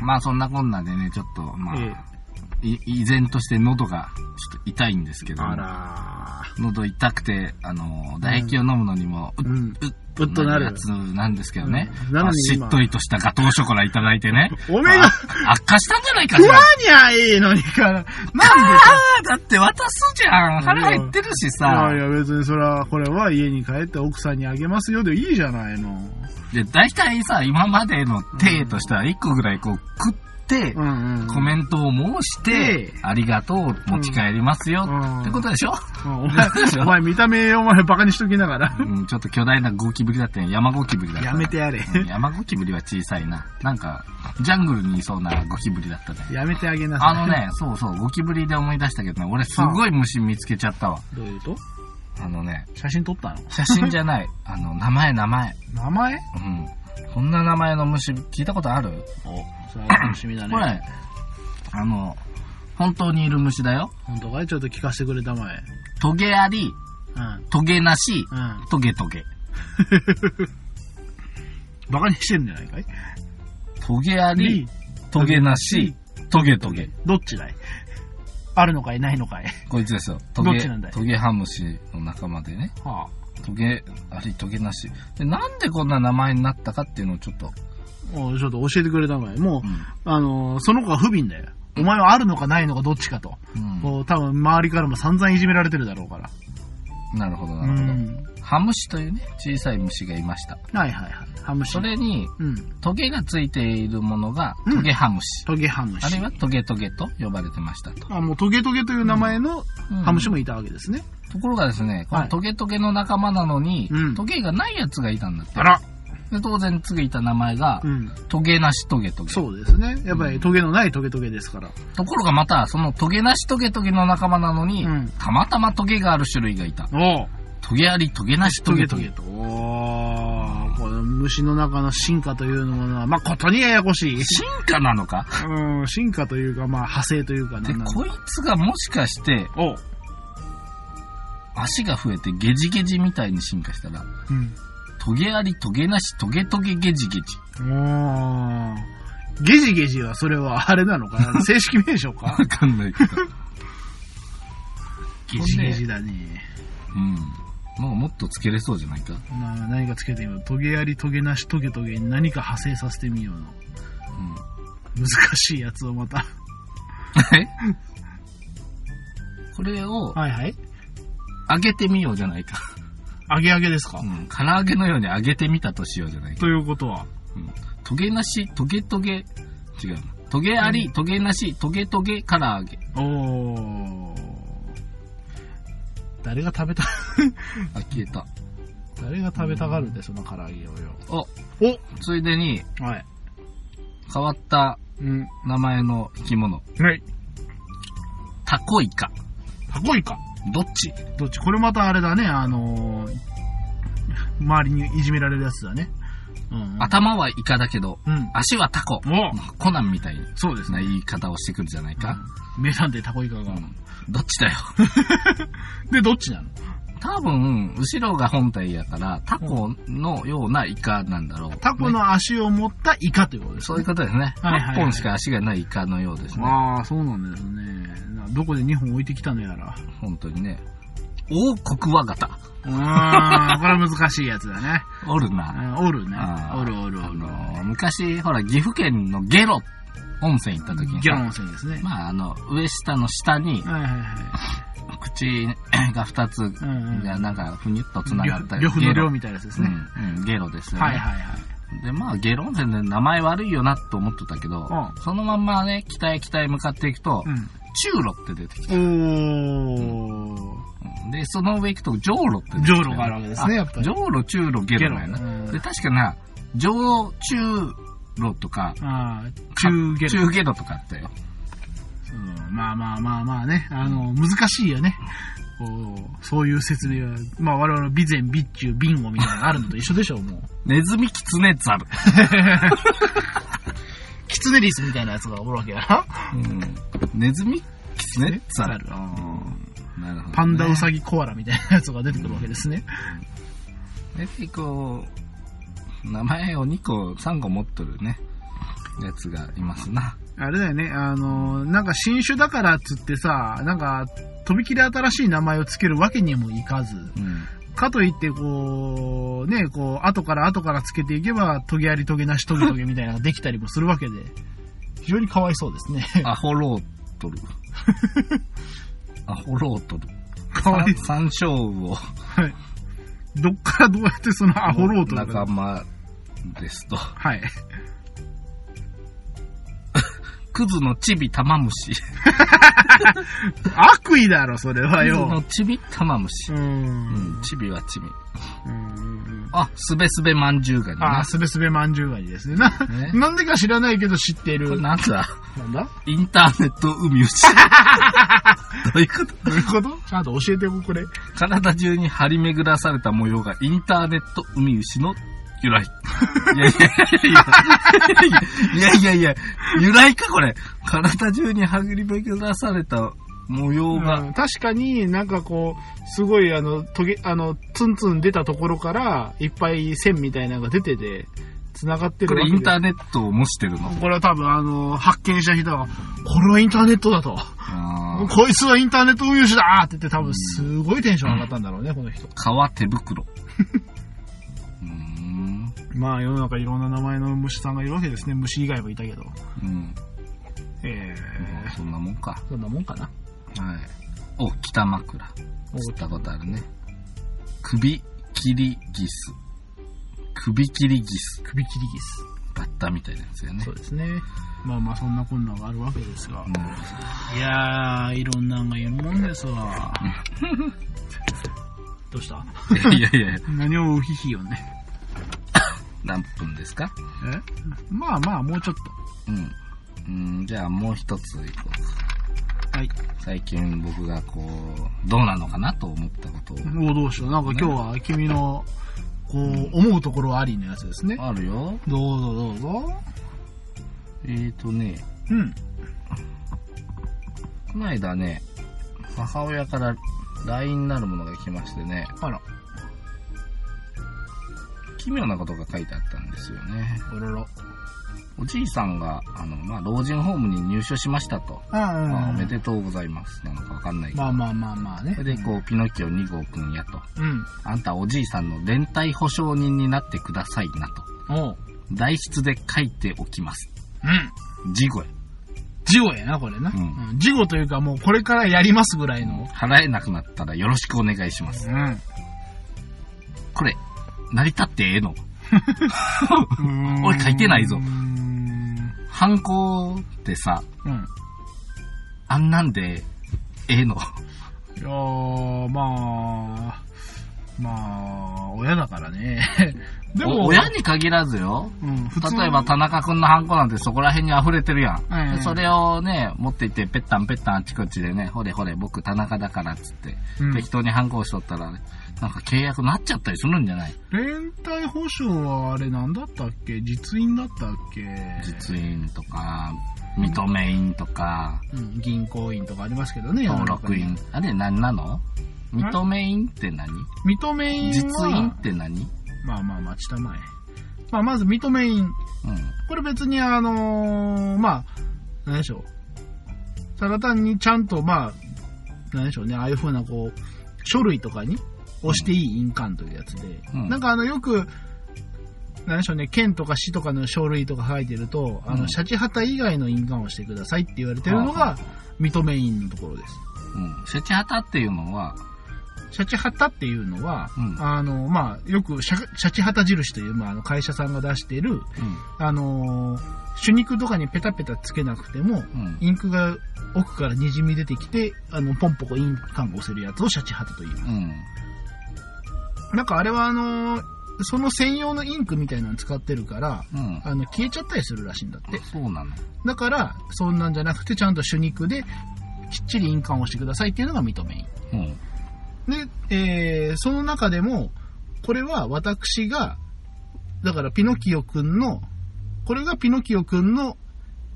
Speaker 1: まあそんなこんなでねちょっとまあ、
Speaker 2: ええ
Speaker 1: い依然として喉がちょっと痛いんですけども
Speaker 2: あらあ
Speaker 1: 喉痛くて、あの、唾液を飲むのにも、う
Speaker 2: ー。うん。
Speaker 1: うっ
Speaker 2: うっとなる
Speaker 1: やつなんですけどね。
Speaker 2: うんなの
Speaker 1: まあ
Speaker 2: に
Speaker 1: し
Speaker 2: 今
Speaker 1: っとりとしたガトーショコラいただいてね。
Speaker 2: おめえ
Speaker 1: ま
Speaker 2: が
Speaker 1: あ、悪化したんじゃないか
Speaker 2: 食
Speaker 1: し
Speaker 2: わ
Speaker 1: ら。
Speaker 2: にゃいいのに から。なんで
Speaker 1: ああ、だって渡すじゃん。腹減ってるし
Speaker 2: いやい
Speaker 1: さ。
Speaker 2: や別にそれは、これは家に帰って奥さんにあげますよでいいじゃないの。
Speaker 1: で、大体さ、今までの体としたら一個ぐらいこう食って
Speaker 2: う、んうん。
Speaker 1: コメントを申して
Speaker 2: ええ、
Speaker 1: ありがとう、持ち帰りますよ
Speaker 2: うん、
Speaker 1: ってことでしょ
Speaker 2: うんお前、お前見た目お前バカにしときながら。
Speaker 1: うん、ちょっと巨大なゴキブリだったよ。山ゴキブリだった。
Speaker 2: やめてやれ。
Speaker 1: うん。 山ゴキブリは小さいな。なんか、ジャングルにいそうなゴキブリだった ね。
Speaker 2: やめてあげなさい。
Speaker 1: あの。ね、そうそう、ゴキブリで思い出したけどね、俺すごい虫見つけちゃったわ。
Speaker 2: どういうこと
Speaker 1: あのね、
Speaker 2: 写真撮ったの
Speaker 1: 写真じゃない。 あの、名前名前。
Speaker 2: 名前
Speaker 1: うん。こんな名前の虫聞いたことある
Speaker 2: お、それは楽しみだね。
Speaker 1: これ、あの、本当にいる虫だよ。
Speaker 2: 本当かいちょっと聞かせてくれたまえ。
Speaker 1: トゲあり、
Speaker 2: うん。
Speaker 1: トゲなし、
Speaker 2: うん。
Speaker 1: トゲトゲ。
Speaker 2: バカにしてんじゃないかい
Speaker 1: トゲあり、トゲなし、トゲトゲ。
Speaker 2: どっちだいあるのかいないのかい
Speaker 1: こいつですよ。ト
Speaker 2: どっ
Speaker 1: ゲ
Speaker 2: ちなんだい、
Speaker 1: トゲハムシの仲間でね。
Speaker 2: は
Speaker 1: トゲあり、トゲなし。で、なんでこんな名前になったかっていうのをちょっと。
Speaker 2: あ。おいちょっと教えてくれたまえ。もう
Speaker 1: う、ん
Speaker 2: あのーその子は不憫だよ。お前はあるのかないのかどっちかと。
Speaker 1: うん
Speaker 2: こう、多分周りからも散々いじめられてるだろうから。
Speaker 1: なるほど、
Speaker 2: う
Speaker 1: なるほど。
Speaker 2: ん。
Speaker 1: ハムシというね、小さい虫がいました。
Speaker 2: はいはいはい。ハムシ
Speaker 1: そ。れに、
Speaker 2: うん。
Speaker 1: トゲがついているものが、
Speaker 2: うん
Speaker 1: トゲハムシ。
Speaker 2: トゲハムシ。
Speaker 1: あるいはトゲトゲと呼ばれてましたと。
Speaker 2: あ、もうトゲトゲという名前の
Speaker 1: うん
Speaker 2: ハムシもいたわけですね。
Speaker 1: ところがですね、こ
Speaker 2: は
Speaker 1: の
Speaker 2: い
Speaker 1: トゲトゲの仲間なのに、
Speaker 2: うん
Speaker 1: トゲがないやつがいたんだって。
Speaker 2: ら。
Speaker 1: で当然ついた名前が、
Speaker 2: うん。
Speaker 1: トゲなしトゲトゲ。
Speaker 2: そうですね。やっぱ
Speaker 1: う
Speaker 2: り
Speaker 1: ん
Speaker 2: トゲのないトゲトゲですから。
Speaker 1: ところがまた、そのトゲなしトゲトゲの仲間なのに、
Speaker 2: うん
Speaker 1: たまたまトゲがある種類がいた。
Speaker 2: お
Speaker 1: トゲあり、トゲなしト
Speaker 2: ト
Speaker 1: ゲ
Speaker 2: ゲ
Speaker 1: ト
Speaker 2: ト
Speaker 1: ゲ
Speaker 2: ゲ。と。おーこの虫の中の進化というものは、まあ、ことにややこしい。
Speaker 1: 進化なのか
Speaker 2: うん、進化というか、まあ、派生というか
Speaker 1: で、
Speaker 2: なんなの
Speaker 1: こいつがもしかして、
Speaker 2: おう
Speaker 1: 足が増えてゲジゲジみたいに進化したら、
Speaker 2: うん。
Speaker 1: トゲあり、トゲなし、トゲトゲゲジゲジ。
Speaker 2: おーゲジゲジはそれはあれなのかな正式名称か
Speaker 1: わかんない けど。
Speaker 2: ゲジゲジだね。
Speaker 1: うん。なんかもっとつけれそうじゃないか。
Speaker 2: まあ、何かつけてみよう。トゲあり、トゲなし、トゲトゲに何か派生させてみようの。
Speaker 1: うん。
Speaker 2: 難しいやつをまた。
Speaker 1: え これを
Speaker 2: はいはい。
Speaker 1: 揚げてみようじゃないか。
Speaker 2: 揚げ揚げですか、
Speaker 1: うん。唐揚げのように揚げてみたとしようじゃないか。
Speaker 2: ということは。
Speaker 1: うん。トゲなし、トゲトゲ。違うな。トゲあり、トゲなし、トゲトゲ、唐揚げ。
Speaker 2: おー。誰が食べた、
Speaker 1: あ、消えた。
Speaker 2: 誰が食べたがるんだよ、その唐揚げをよ。
Speaker 1: お、
Speaker 2: お
Speaker 1: ついでに、
Speaker 2: はい。
Speaker 1: 変わった
Speaker 2: うん。
Speaker 1: 名前の生き物。
Speaker 2: はい。
Speaker 1: タコイカ。
Speaker 2: タコイカ。
Speaker 1: どっち
Speaker 2: どっちこれまたあれだね、あのー、周りにいじめられるやつだね。うん、うん。
Speaker 1: 頭はイカだけど、
Speaker 2: うん。
Speaker 1: 足はタコ。
Speaker 2: お
Speaker 1: コナンみたいな
Speaker 2: そうですね。
Speaker 1: 言い方をしてくるじゃないか。
Speaker 2: 名産でタコイカが。
Speaker 1: うんどっちだよ。
Speaker 2: で、どっちなの
Speaker 1: 多分、後ろが本体やから、タコのようなイカなんだろう。
Speaker 2: タコ
Speaker 1: ね
Speaker 2: の足を持ったイカということです
Speaker 1: そういうことですね。
Speaker 2: はいはいはい
Speaker 1: 8本しか足がないイカのようですね。
Speaker 2: ああ、そうなんですね。などこで2本置いてきたのやら。
Speaker 1: 本当にね。王国和型。
Speaker 2: うーん、 これは難しいやつだね。
Speaker 1: おる
Speaker 2: う
Speaker 1: な。
Speaker 2: んおるね
Speaker 1: あ。ー
Speaker 2: おるおる
Speaker 1: あ
Speaker 2: おる。
Speaker 1: の、昔、ほら、岐阜県のゲロ温泉行った時に
Speaker 2: ギャロン
Speaker 1: さ、
Speaker 2: 温泉ですね。
Speaker 1: まあ、あの、上下の下に、
Speaker 2: はいはいは
Speaker 1: 口が2つ
Speaker 2: い。うんうん。
Speaker 1: がなんか、ふにゅっと繋がった
Speaker 2: 両方の
Speaker 1: ゲロ
Speaker 2: 量みたいなやつですね。
Speaker 1: うんうん、ゲロですよね。
Speaker 2: はいはいはい。
Speaker 1: で、まあ、ゲロ温泉で名前悪いよなと思ってたけど、
Speaker 2: う
Speaker 1: そのまんまね、北へ北へ向かっていくと、
Speaker 2: うん。
Speaker 1: 中路って出てきて、
Speaker 2: お
Speaker 1: で、その上行くと、上路って出てきて、
Speaker 2: 上路があるわけですねやっぱり
Speaker 1: 上路、中路、ゲロなんや
Speaker 2: ゲロう
Speaker 1: な。
Speaker 2: ん
Speaker 1: で、確かな、上、中路とか、
Speaker 2: ああ、中ゲロ。
Speaker 1: 中ゲロとかあったよ。
Speaker 2: うんまあまあまあまあね。あの、難しいよね。こう、そういう説明は、まあ我々の備前、備中、ビンゴみたいなのがあるのと一緒でしょう、もう。
Speaker 1: ネズミ、キツネ、ザル。
Speaker 2: キツネリスみたいなやつがおるわけやな。
Speaker 1: うん、ネズミ、キツネ、ザル。うんなるほどね
Speaker 2: パンダウサギコアラみたいなやつが出てくるわけですね。
Speaker 1: 大体こう、名前を2個、3個持っとるね、やつがいますな。
Speaker 2: あれだよね、あの、なんか新種だからっつってさ、なんか、とびきり新しい名前をつけるわけにもいかず、
Speaker 1: うん。
Speaker 2: かといって、こう、ね、こう、後から後からつけていけば、トゲありトゲなしトゲトゲみたいなのができたりもするわけで、非常にかわいそうですね。
Speaker 1: アホロート ル。アホロートル。
Speaker 2: かわいそ
Speaker 1: 山椒を。
Speaker 2: う。 どっからどうやってそのアホロート
Speaker 1: 仲
Speaker 2: が。
Speaker 1: 間ですと。
Speaker 2: はい。
Speaker 1: クズのチビタマムシ。
Speaker 2: 悪意だろ、それは
Speaker 1: クズ
Speaker 2: よ。
Speaker 1: のチビタマムシ。
Speaker 2: う
Speaker 1: う
Speaker 2: ー。
Speaker 1: んん、チビはチビ。
Speaker 2: うーん
Speaker 1: あ、すべすべまんじゅうがに
Speaker 2: あ
Speaker 1: な
Speaker 2: あ、。すべすべまんじゅうがいですね。な、
Speaker 1: ね
Speaker 2: なんでか知らないけど知って
Speaker 1: これ
Speaker 2: る。
Speaker 1: なんだ
Speaker 2: なんだ
Speaker 1: インターネット海 打ち。どういうこと
Speaker 2: どういうことちゃんと教えてくれ。
Speaker 1: 体中に張り巡らされた模様がインターネット海牛の由来。いやいやいやいやいやいやいやいや、由来かこれ。体中に張り巡らされた模様が。
Speaker 2: うん確かになんかこう、すごいあの、とげ、あの、ツンツン出たところから、いっぱい線みたいなのが出てて、繋がって
Speaker 1: こ
Speaker 2: るわ
Speaker 1: れ
Speaker 2: け
Speaker 1: イ
Speaker 2: で
Speaker 1: ンターネットを模してるの。
Speaker 2: これは多分あの、発見した人が、これはインターネットだと。
Speaker 1: あー
Speaker 2: こいつはインターネット運用手だって言って多分すごいテンション上がったんだろうね、この人。
Speaker 1: 革手袋。うーん。
Speaker 2: まあ世の中いろんな名前の虫さんがいるわけですね。虫以外もいたけど。
Speaker 1: うん。
Speaker 2: え
Speaker 1: まあ
Speaker 2: ー、
Speaker 1: そんなもんか。は
Speaker 2: そんなもんかな。
Speaker 1: い。お、北枕。
Speaker 2: お
Speaker 1: 知ったことあるね。首切りギス。首切りギス。
Speaker 2: 首切りギス。
Speaker 1: バッタみたいなやつだよね
Speaker 2: そ。うですね。まあまあそんなこんながあるわけですが
Speaker 1: う。ん
Speaker 2: いやー、いろんなんがいるもんですわ。 どうした
Speaker 1: いやいやいや、
Speaker 2: 何をウヒヒよね。
Speaker 1: 何分ですか
Speaker 2: えまあまあ、もうちょっ
Speaker 1: うん。うん、じゃあもう一ついこうか。
Speaker 2: と。はい。
Speaker 1: 最近僕がこう、どうなのかなと思ったことを。
Speaker 2: もうどうしよう。なんか今日は君の、こう、思うところありのやつですね。
Speaker 1: あるよ。
Speaker 2: どうぞどうぞ。
Speaker 1: えーとね、
Speaker 2: うん。
Speaker 1: この間ね、母親から LINE になるものが来ましてね、
Speaker 2: あら、
Speaker 1: 奇妙なことが書いてあったんですよね。
Speaker 2: おろろ。
Speaker 1: おじいさんが、あの、まあ、老人ホームに入所しましたと。
Speaker 2: うんうんうん
Speaker 1: まあ、おめでとうございます。なのかわかんないけど。
Speaker 2: まあまあまあまあね
Speaker 1: そ。れで、こう、ピノキオ2号くんやと。
Speaker 2: うん。
Speaker 1: あんたおじいさんの連帯保証人になってくださいなと。
Speaker 2: おう。
Speaker 1: 代筆で書いておきます。
Speaker 2: うん。
Speaker 1: 事後や。
Speaker 2: 事後やな、これな。
Speaker 1: うん
Speaker 2: うん事後というかもうこれからやりますぐらいの。
Speaker 1: 払えなくなったらよろしくお願いします。
Speaker 2: うん。
Speaker 1: これ、成り立ってええの
Speaker 2: 俺
Speaker 1: 俺書いてないぞ
Speaker 2: うーん。
Speaker 1: ハンコってさ、
Speaker 2: うん。
Speaker 1: あんなんで、ええの
Speaker 2: いやー、まあ、まあ、親だからね。 で
Speaker 1: お親に限らずよ。
Speaker 2: うん、普通
Speaker 1: 例えば田中くんのハンコなんてそこら辺に溢れてるやん。
Speaker 2: うんうん
Speaker 1: でそれをね、持っていって、ぺったんぺったんあちこちでね、ほれほれ、僕田中だからっつって、
Speaker 2: うん
Speaker 1: 適当にハンコをしとったらね、なんか契約なっちゃったりするんじゃない
Speaker 2: 連帯保証はあれ何だったっけ実印だったっけ
Speaker 1: 実印とか、認め印とか、
Speaker 2: うん、銀行員とかありますけどね。
Speaker 1: 登録印。あれ何なの認め印って何
Speaker 2: 認め印は。
Speaker 1: 実印って何うん。
Speaker 2: まあまあまあ、ちたまえ。まあ、まず認め印。これ別にあのーまあ、なんでしょう。ただ単にちゃんと、まあ、なんでしょうね、ああいう風なこう、書類とかに押していい印鑑というやつで、
Speaker 1: うん
Speaker 2: なんかあの、よく、なんでしょうね、県とか市とかの書類とか書いてると、あ
Speaker 1: う
Speaker 2: の、
Speaker 1: ん
Speaker 2: シャチハタ以外の印鑑をしてくださいって言われてるの
Speaker 1: はあ
Speaker 2: が、認め印のところです。
Speaker 1: うん。シャチハタっていうのは、
Speaker 2: シャチハタっていうのは、
Speaker 1: うん
Speaker 2: あの、まあ、よくシャ、シャチハタ印という、まあ、あの会社さんが出している、あのー手肉とかにペタペタつけなくても、
Speaker 1: うん。うん。
Speaker 2: インクが奥からにじみ出てきて、あの、ポンポコイン感が押せるやつをシャチハタという。
Speaker 1: うん。
Speaker 2: なんかあれはあのーその専用のインクみたいなの使ってるから、
Speaker 1: うん。
Speaker 2: あの、消えちゃったりするらしいんだって。
Speaker 1: そうなの。
Speaker 2: だから、そんなんじゃなくて、ちゃんと手肉で、きっちり印鑑をしてくださいっていうのが認め印。
Speaker 1: うん。
Speaker 2: で、えーその中でも、これは私が、だからピノキオくんの、これがピノキオくんの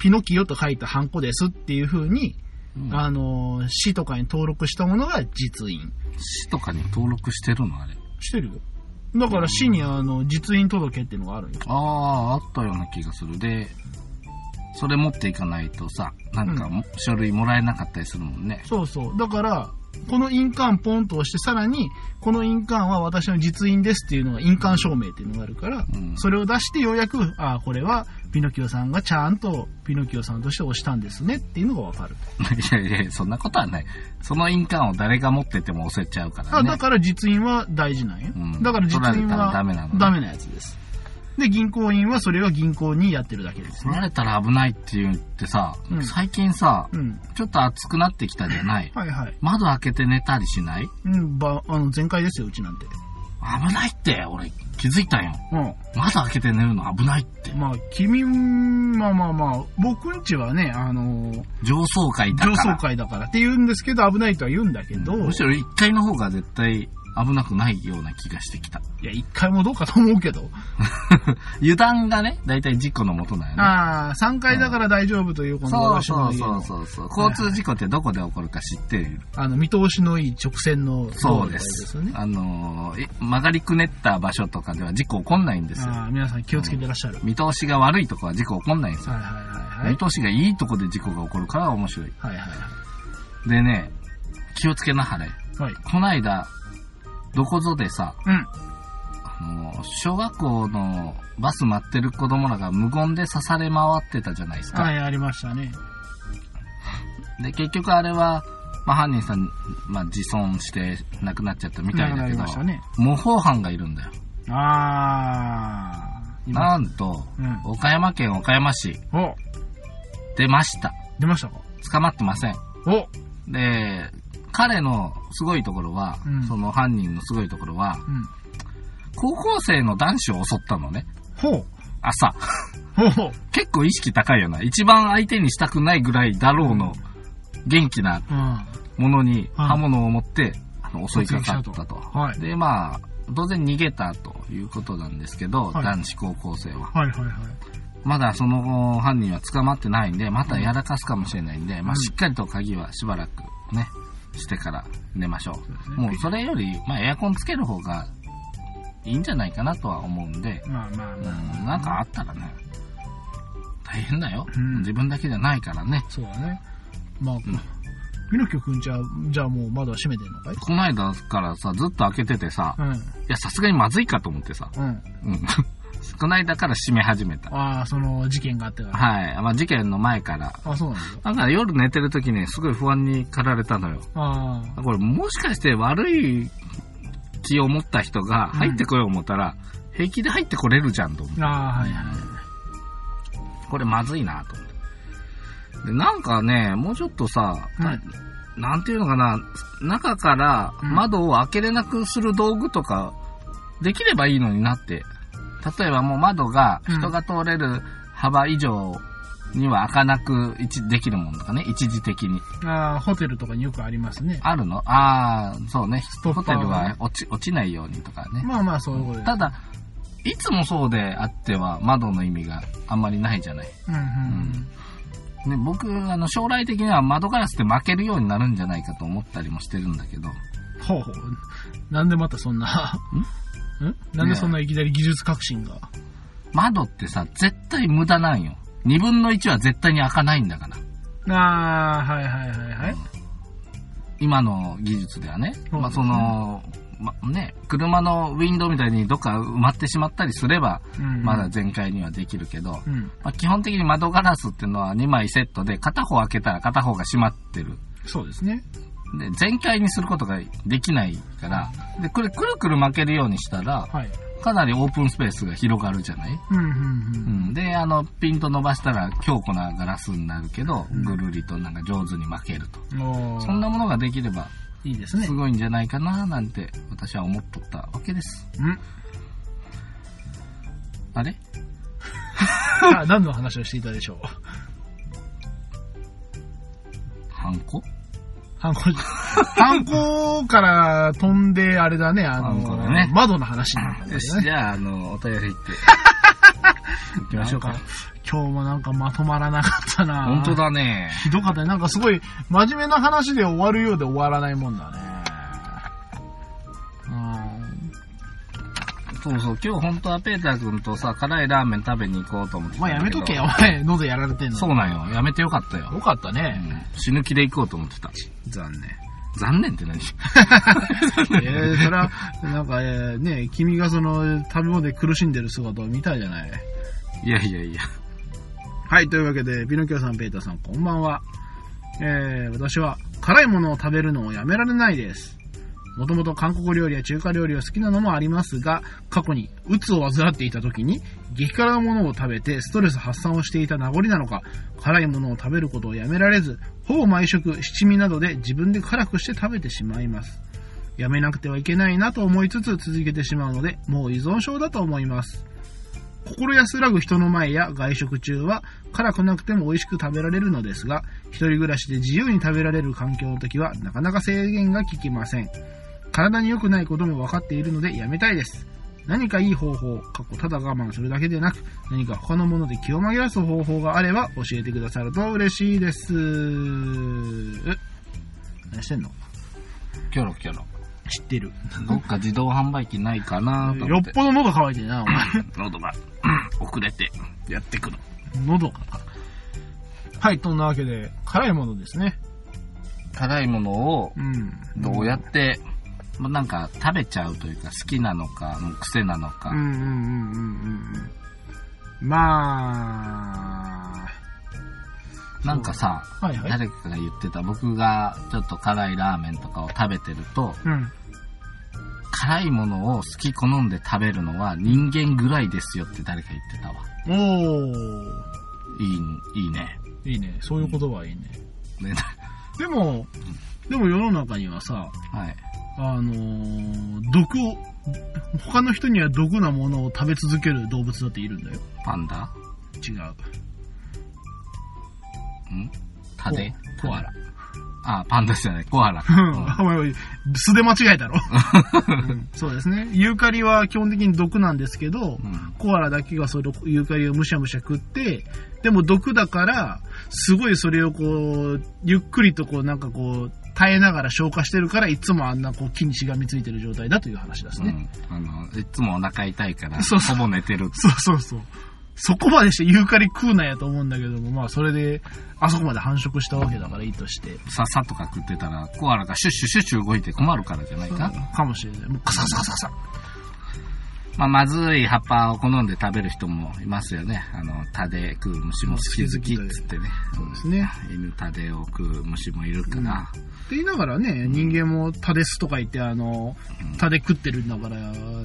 Speaker 2: ピノキオと書いたハンコですっていう風に、
Speaker 1: うん
Speaker 2: あのー、市とかに登録したものが実印。
Speaker 1: 市とかに登録してるのあれ。
Speaker 2: してるよ。だから市にあの、実印届けっていうのがあるよ。
Speaker 1: ああ、あったような気がする。で、それ持っていかないとさ、なんかも、書類もらえなかったりするもんね。
Speaker 2: そうそう。だから、この印鑑ポンと押して、さらに、この印鑑は私の実印ですっていうのが印鑑証明っていうのがあるから、
Speaker 1: うん
Speaker 2: それを出してようやく、ああ、これはピノキオさんがちゃんとピノキオさんとして押したんですねっていうのがわかる。
Speaker 1: いやいや、そんなことはない。その印鑑を誰が持ってても押せちゃうから
Speaker 2: あ
Speaker 1: ね。
Speaker 2: だから実印は大事なんよ。
Speaker 1: うん
Speaker 2: だから実
Speaker 1: 取られ
Speaker 2: 印
Speaker 1: たら
Speaker 2: は
Speaker 1: ダメなのね
Speaker 2: ダメなやつです。で、銀行員はそれは銀行にやってるだけです
Speaker 1: 取ら
Speaker 2: ね。
Speaker 1: れたら危ないって言ってさ、
Speaker 2: うん
Speaker 1: 最近さ、
Speaker 2: うん。
Speaker 1: ちょっと暑くなってきたじゃない。
Speaker 2: はいはい。
Speaker 1: 窓開けて寝たりしない
Speaker 2: うん、ば、あの、全開ですよ、うちなんて。
Speaker 1: 危ないって、俺気づいたよ。
Speaker 2: うん。
Speaker 1: 窓開けて寝るの危ないって。
Speaker 2: まあ、君、まあまあまあ、僕んちはね、あのー
Speaker 1: 上層階だ
Speaker 2: 上
Speaker 1: から。
Speaker 2: 層階だからって言うんですけど、危ないとは言うんだけど、
Speaker 1: むしろ1階の方が絶対危なくないような気がしてきた。
Speaker 2: いや、一回もどうかと思うけど、
Speaker 1: 油断がね、大体事故のもとだよね。
Speaker 2: ああ、3階だから大丈夫という、この
Speaker 1: そう
Speaker 2: 私
Speaker 1: そ
Speaker 2: の
Speaker 1: う
Speaker 2: 家
Speaker 1: そ
Speaker 2: の
Speaker 1: うそうそう。交通事故ってどこで起こるか知ってる。
Speaker 2: あの、見通しのいい直線の道
Speaker 1: そう
Speaker 2: 路
Speaker 1: で
Speaker 2: です
Speaker 1: す
Speaker 2: よね。。
Speaker 1: あのーえ曲がりくねった場所とかでは事故起こんないんですよ。
Speaker 2: ああ、皆さん気をつけてらっしゃる。
Speaker 1: 見通しが悪いとこは事故起こんないんですよ。
Speaker 2: はいはいはいは
Speaker 1: 見
Speaker 2: い。
Speaker 1: 通しがいいとこで事故が起こるから面白い。
Speaker 2: はいはい
Speaker 1: でね、気をつけなはれ。
Speaker 2: はい。はい。
Speaker 1: こないだ、どこぞでさ、
Speaker 2: うん。
Speaker 1: あのー小学校のバス待ってる子供らが無言で刺され回ってたじゃないですか。
Speaker 2: はい、ありましたね。
Speaker 1: で、結局あれは、まあ、犯人さん、まあ、自損して亡くなっちゃったみたいだ
Speaker 2: な
Speaker 1: け
Speaker 2: り
Speaker 1: ど
Speaker 2: まし、たね。
Speaker 1: 模倣犯がいるんだよ。
Speaker 2: ああ、今。
Speaker 1: なんと、
Speaker 2: うん。
Speaker 1: 岡山県岡山市、
Speaker 2: お、
Speaker 1: 出ました。
Speaker 2: 出ましたか
Speaker 1: 捕まってません。
Speaker 2: お、
Speaker 1: で、彼のすごいところは、
Speaker 2: うん
Speaker 1: その犯人のすごいところは、
Speaker 2: うん。
Speaker 1: 高校生の男子を襲ったのね。
Speaker 2: ほう。
Speaker 1: 朝。
Speaker 2: ほうほう。
Speaker 1: 結構意識高いよな。一番相手にしたくないぐらいだろうの、元気な
Speaker 2: うん。
Speaker 1: ものに
Speaker 2: うん
Speaker 1: 刃物を持って、あの襲いかかっ
Speaker 2: 突撃した
Speaker 1: と。
Speaker 2: はい
Speaker 1: で、まあ、当然逃げたということなんですけど、
Speaker 2: はい
Speaker 1: 男子高校生は。
Speaker 2: はいはいはい。
Speaker 1: まだその後犯人は捕まってないんで、またやらかすかもしれないんで、まあしっかりと鍵はしばらくね、してから寝ましょ
Speaker 2: そうです
Speaker 1: う。
Speaker 2: ね
Speaker 1: もうそれより、まあエアコンつける方がいいんじゃないかなとは思うんで、
Speaker 2: まあまあ
Speaker 1: うん、
Speaker 2: まあ。
Speaker 1: なんかあったらね、大変だよ。
Speaker 2: うん
Speaker 1: 自分だけじゃないからね。
Speaker 2: そうだね。まあ、ピノキオくんじゃ、じゃあもう窓は閉めてんのかい
Speaker 1: こないだからさ、ずっと開けててさ、
Speaker 2: う
Speaker 1: いや、さすがにまずいかと思ってさ、
Speaker 2: ん。うん。
Speaker 1: うん。 こないだから閉め始めた。
Speaker 2: ああ、その事件があってから。
Speaker 1: はい。まあ事件の前から。
Speaker 2: あそうなんですよ。
Speaker 1: だから夜寝てる時にすごい不安に駆られたのよ。
Speaker 2: あ
Speaker 1: これもしかして悪い気を持った人が入ってこよう思ったら、平気で入ってこれるじゃんと思って
Speaker 2: あ。ああ、はいはい。
Speaker 1: これまずいなと思って。で、なんかね、もうちょっとさ、
Speaker 2: はい
Speaker 1: なんていうのかな、中から
Speaker 2: うん
Speaker 1: 窓を開けれなくする道具とか、できればいいのになって。例えばもう窓が
Speaker 2: うん
Speaker 1: 人が通れる幅以上には開かなく一できるものとかね、一時的に。
Speaker 2: ああ、ホテルとかによくありますね。
Speaker 1: あるのああ、そうね。
Speaker 2: トッパ
Speaker 1: ホ
Speaker 2: ー
Speaker 1: テ
Speaker 2: が
Speaker 1: ルは落ち落ちないようにとかね。
Speaker 2: まあまあ、そういうことで。
Speaker 1: ただ、いつもそうであっては窓の意味があんまりないじゃない。
Speaker 2: うんうん。
Speaker 1: ね、僕、あの、将来的には窓ガラスで負けるようになるんじゃないかと思ったりもしてるんだけど、
Speaker 2: ほうほう。なんでまたそんな。んなんでそんないきなり技術革新が。
Speaker 1: 窓ってさ、絶対無駄なんよ。二分の一は絶対に開かないんだから。
Speaker 2: ああ、はいはいはいはい。
Speaker 1: 今の技術ではね。
Speaker 2: そう
Speaker 1: まあ、
Speaker 2: です
Speaker 1: そ
Speaker 2: ね
Speaker 1: の、ま、ね、車のウィンドウみたいにどっか埋まってしまったりすれば、
Speaker 2: うん
Speaker 1: まだ。全開にはできるけど、
Speaker 2: うん。
Speaker 1: まあ、基本的に窓ガラスっていうのは2枚セットで、片方開けたら片方が閉まってる。
Speaker 2: そうですね。
Speaker 1: で、全開にすることができないから、で、これくるくる巻けるようにしたら、
Speaker 2: はい。
Speaker 1: かなりオープンスペースが広がるじゃない
Speaker 2: うんうん
Speaker 1: う
Speaker 2: うん。
Speaker 1: ん。で、あの、ピンと伸ばしたら強固なガラスになるけど、ぐるりとなんか上手に巻けると。
Speaker 2: おー
Speaker 1: そんなものができれば、
Speaker 2: いいですね
Speaker 1: す。ごいんじゃないかななんて、私は思っとったわけです。
Speaker 2: うん。
Speaker 1: あれ
Speaker 2: さあ、何の話をしていたでしょう。
Speaker 1: ハンコ
Speaker 2: ハンコ、ハンコから飛んで、あれだね、あ
Speaker 1: ハンコ
Speaker 2: の、
Speaker 1: だね
Speaker 2: 窓の話になったんだ
Speaker 1: よし、
Speaker 2: よね。
Speaker 1: じゃあ、あの、お便り行っ て。行きましょうか
Speaker 2: なん。今日もなんかまとまらなかったな
Speaker 1: 本当。だね。
Speaker 2: ひどかったね。なんかすごい、真面目な話で終わるようで終わらないもんだね。
Speaker 1: そうそう、今日本当はペーター君とさ、辛いラーメン食べに行こうと思って
Speaker 2: ま
Speaker 1: た
Speaker 2: あ
Speaker 1: んだ
Speaker 2: や
Speaker 1: ど
Speaker 2: めとけよ、お前。 喉やられてんの。
Speaker 1: そうなんよ。やめてよかったよ。
Speaker 2: よかった
Speaker 1: う
Speaker 2: ね。
Speaker 1: ん死ぬ気で行こうと思ってた。
Speaker 2: 残念。
Speaker 1: 残念って何
Speaker 2: ええそれは、なんか、えーね、君がその、食べ物で苦しんでる姿を見たいじゃない。
Speaker 1: いやいやいや。
Speaker 2: はい、というわけで、ピノキオさん、ペーターさん、こんばんは。えー、私は、辛いものを食べるのをやめられないです。もともと韓国料理や中華料理を好きなのもありますが、過去に、鬱を患っていた時に、激辛なものを食べてストレス発散をしていた名残なのか、辛いものを食べることをやめられず、ほぼ毎食、七味などで自分で辛くして食べてしまいます。やめなくてはいけないなと思いつつ続けてしまうので、もう依存症だと思います。心安らぐ人の前や外食中は辛くなくても美味しく食べられるのですが、一人暮らしで自由に食べられる環境の時はなかなか制限が効きません。体に良くないことも分かっているのでやめたいです。何かいい方法、過去ただ我慢するだけでなく、何か他のもので気を紛らわす方法があれば教えてくださると嬉しいです。え何してんの
Speaker 1: キョロキョロ。
Speaker 2: 知ってる。
Speaker 1: どっか自動販売機ないかなと
Speaker 2: よ
Speaker 1: 思
Speaker 2: っ
Speaker 1: って。
Speaker 2: ぽど喉乾いてるな、お前。
Speaker 1: 喉が、遅れて、やってくる。
Speaker 2: 喉かな。はい、そんなわけで、辛いものですね。
Speaker 1: 辛いものを、
Speaker 2: うん。
Speaker 1: どうやって、まあ、なんか食べちゃうというか、好きなのか、もう癖なのか。
Speaker 2: うんうんうんうんうんうん。まあ、
Speaker 1: なんかさ、
Speaker 2: はいはい。
Speaker 1: 誰かが言ってた、僕がちょっと辛いラーメンとかを食べてると、
Speaker 2: うん。
Speaker 1: 辛いものを好き好んで食べるのは人間ぐらいですよって誰か言ってたわ。
Speaker 2: お
Speaker 1: いい、いいね。
Speaker 2: ー。いいね。そういう言葉はいいね。
Speaker 1: ね
Speaker 2: でも、でも世の中にはさ、
Speaker 1: はい。
Speaker 2: あのー毒を、他の人には毒なものを食べ続ける動物だっているんだよ。
Speaker 1: パンダ
Speaker 2: 違う。
Speaker 1: んタデ
Speaker 2: ココアラ。
Speaker 1: あ、パンダじゃない、コアラ。
Speaker 2: うん、お前素で間違えたろ、 うんそうですね。ユーカリは基本的に毒なんですけど、
Speaker 1: うん
Speaker 2: コアラだけがそれをユーカリをむしゃむしゃ食って、でも毒だから、すごいそれをこう、ゆっくりとこうなんかこう、耐えながら消化してるから、いつもあんなこう木にしがみついてる状態だという話です
Speaker 1: う
Speaker 2: ね。
Speaker 1: ん。あの、いつもお腹痛いから、
Speaker 2: そうそ
Speaker 1: ほぼ寝てる。
Speaker 2: そうそうそう。そこまでしてユーカリ食うなやと思うんだけども、まあそれで、あそこまで繁殖したわけだからいいとして。
Speaker 1: ささとか食ってたら、コアラがシュッシュシュッシュ動いて困るからじゃないか。
Speaker 2: かもしれない。もうカサカサカサカサ。
Speaker 1: まあ、まずい葉っぱを好んで食べる人もいますよね。あの、タデ食う虫も好き好きっつってね。
Speaker 2: そうですね。
Speaker 1: 犬タデを食う虫もいるから。
Speaker 2: って言いながらね、人間もタデスとか言って、あの、タデ食ってるんだから、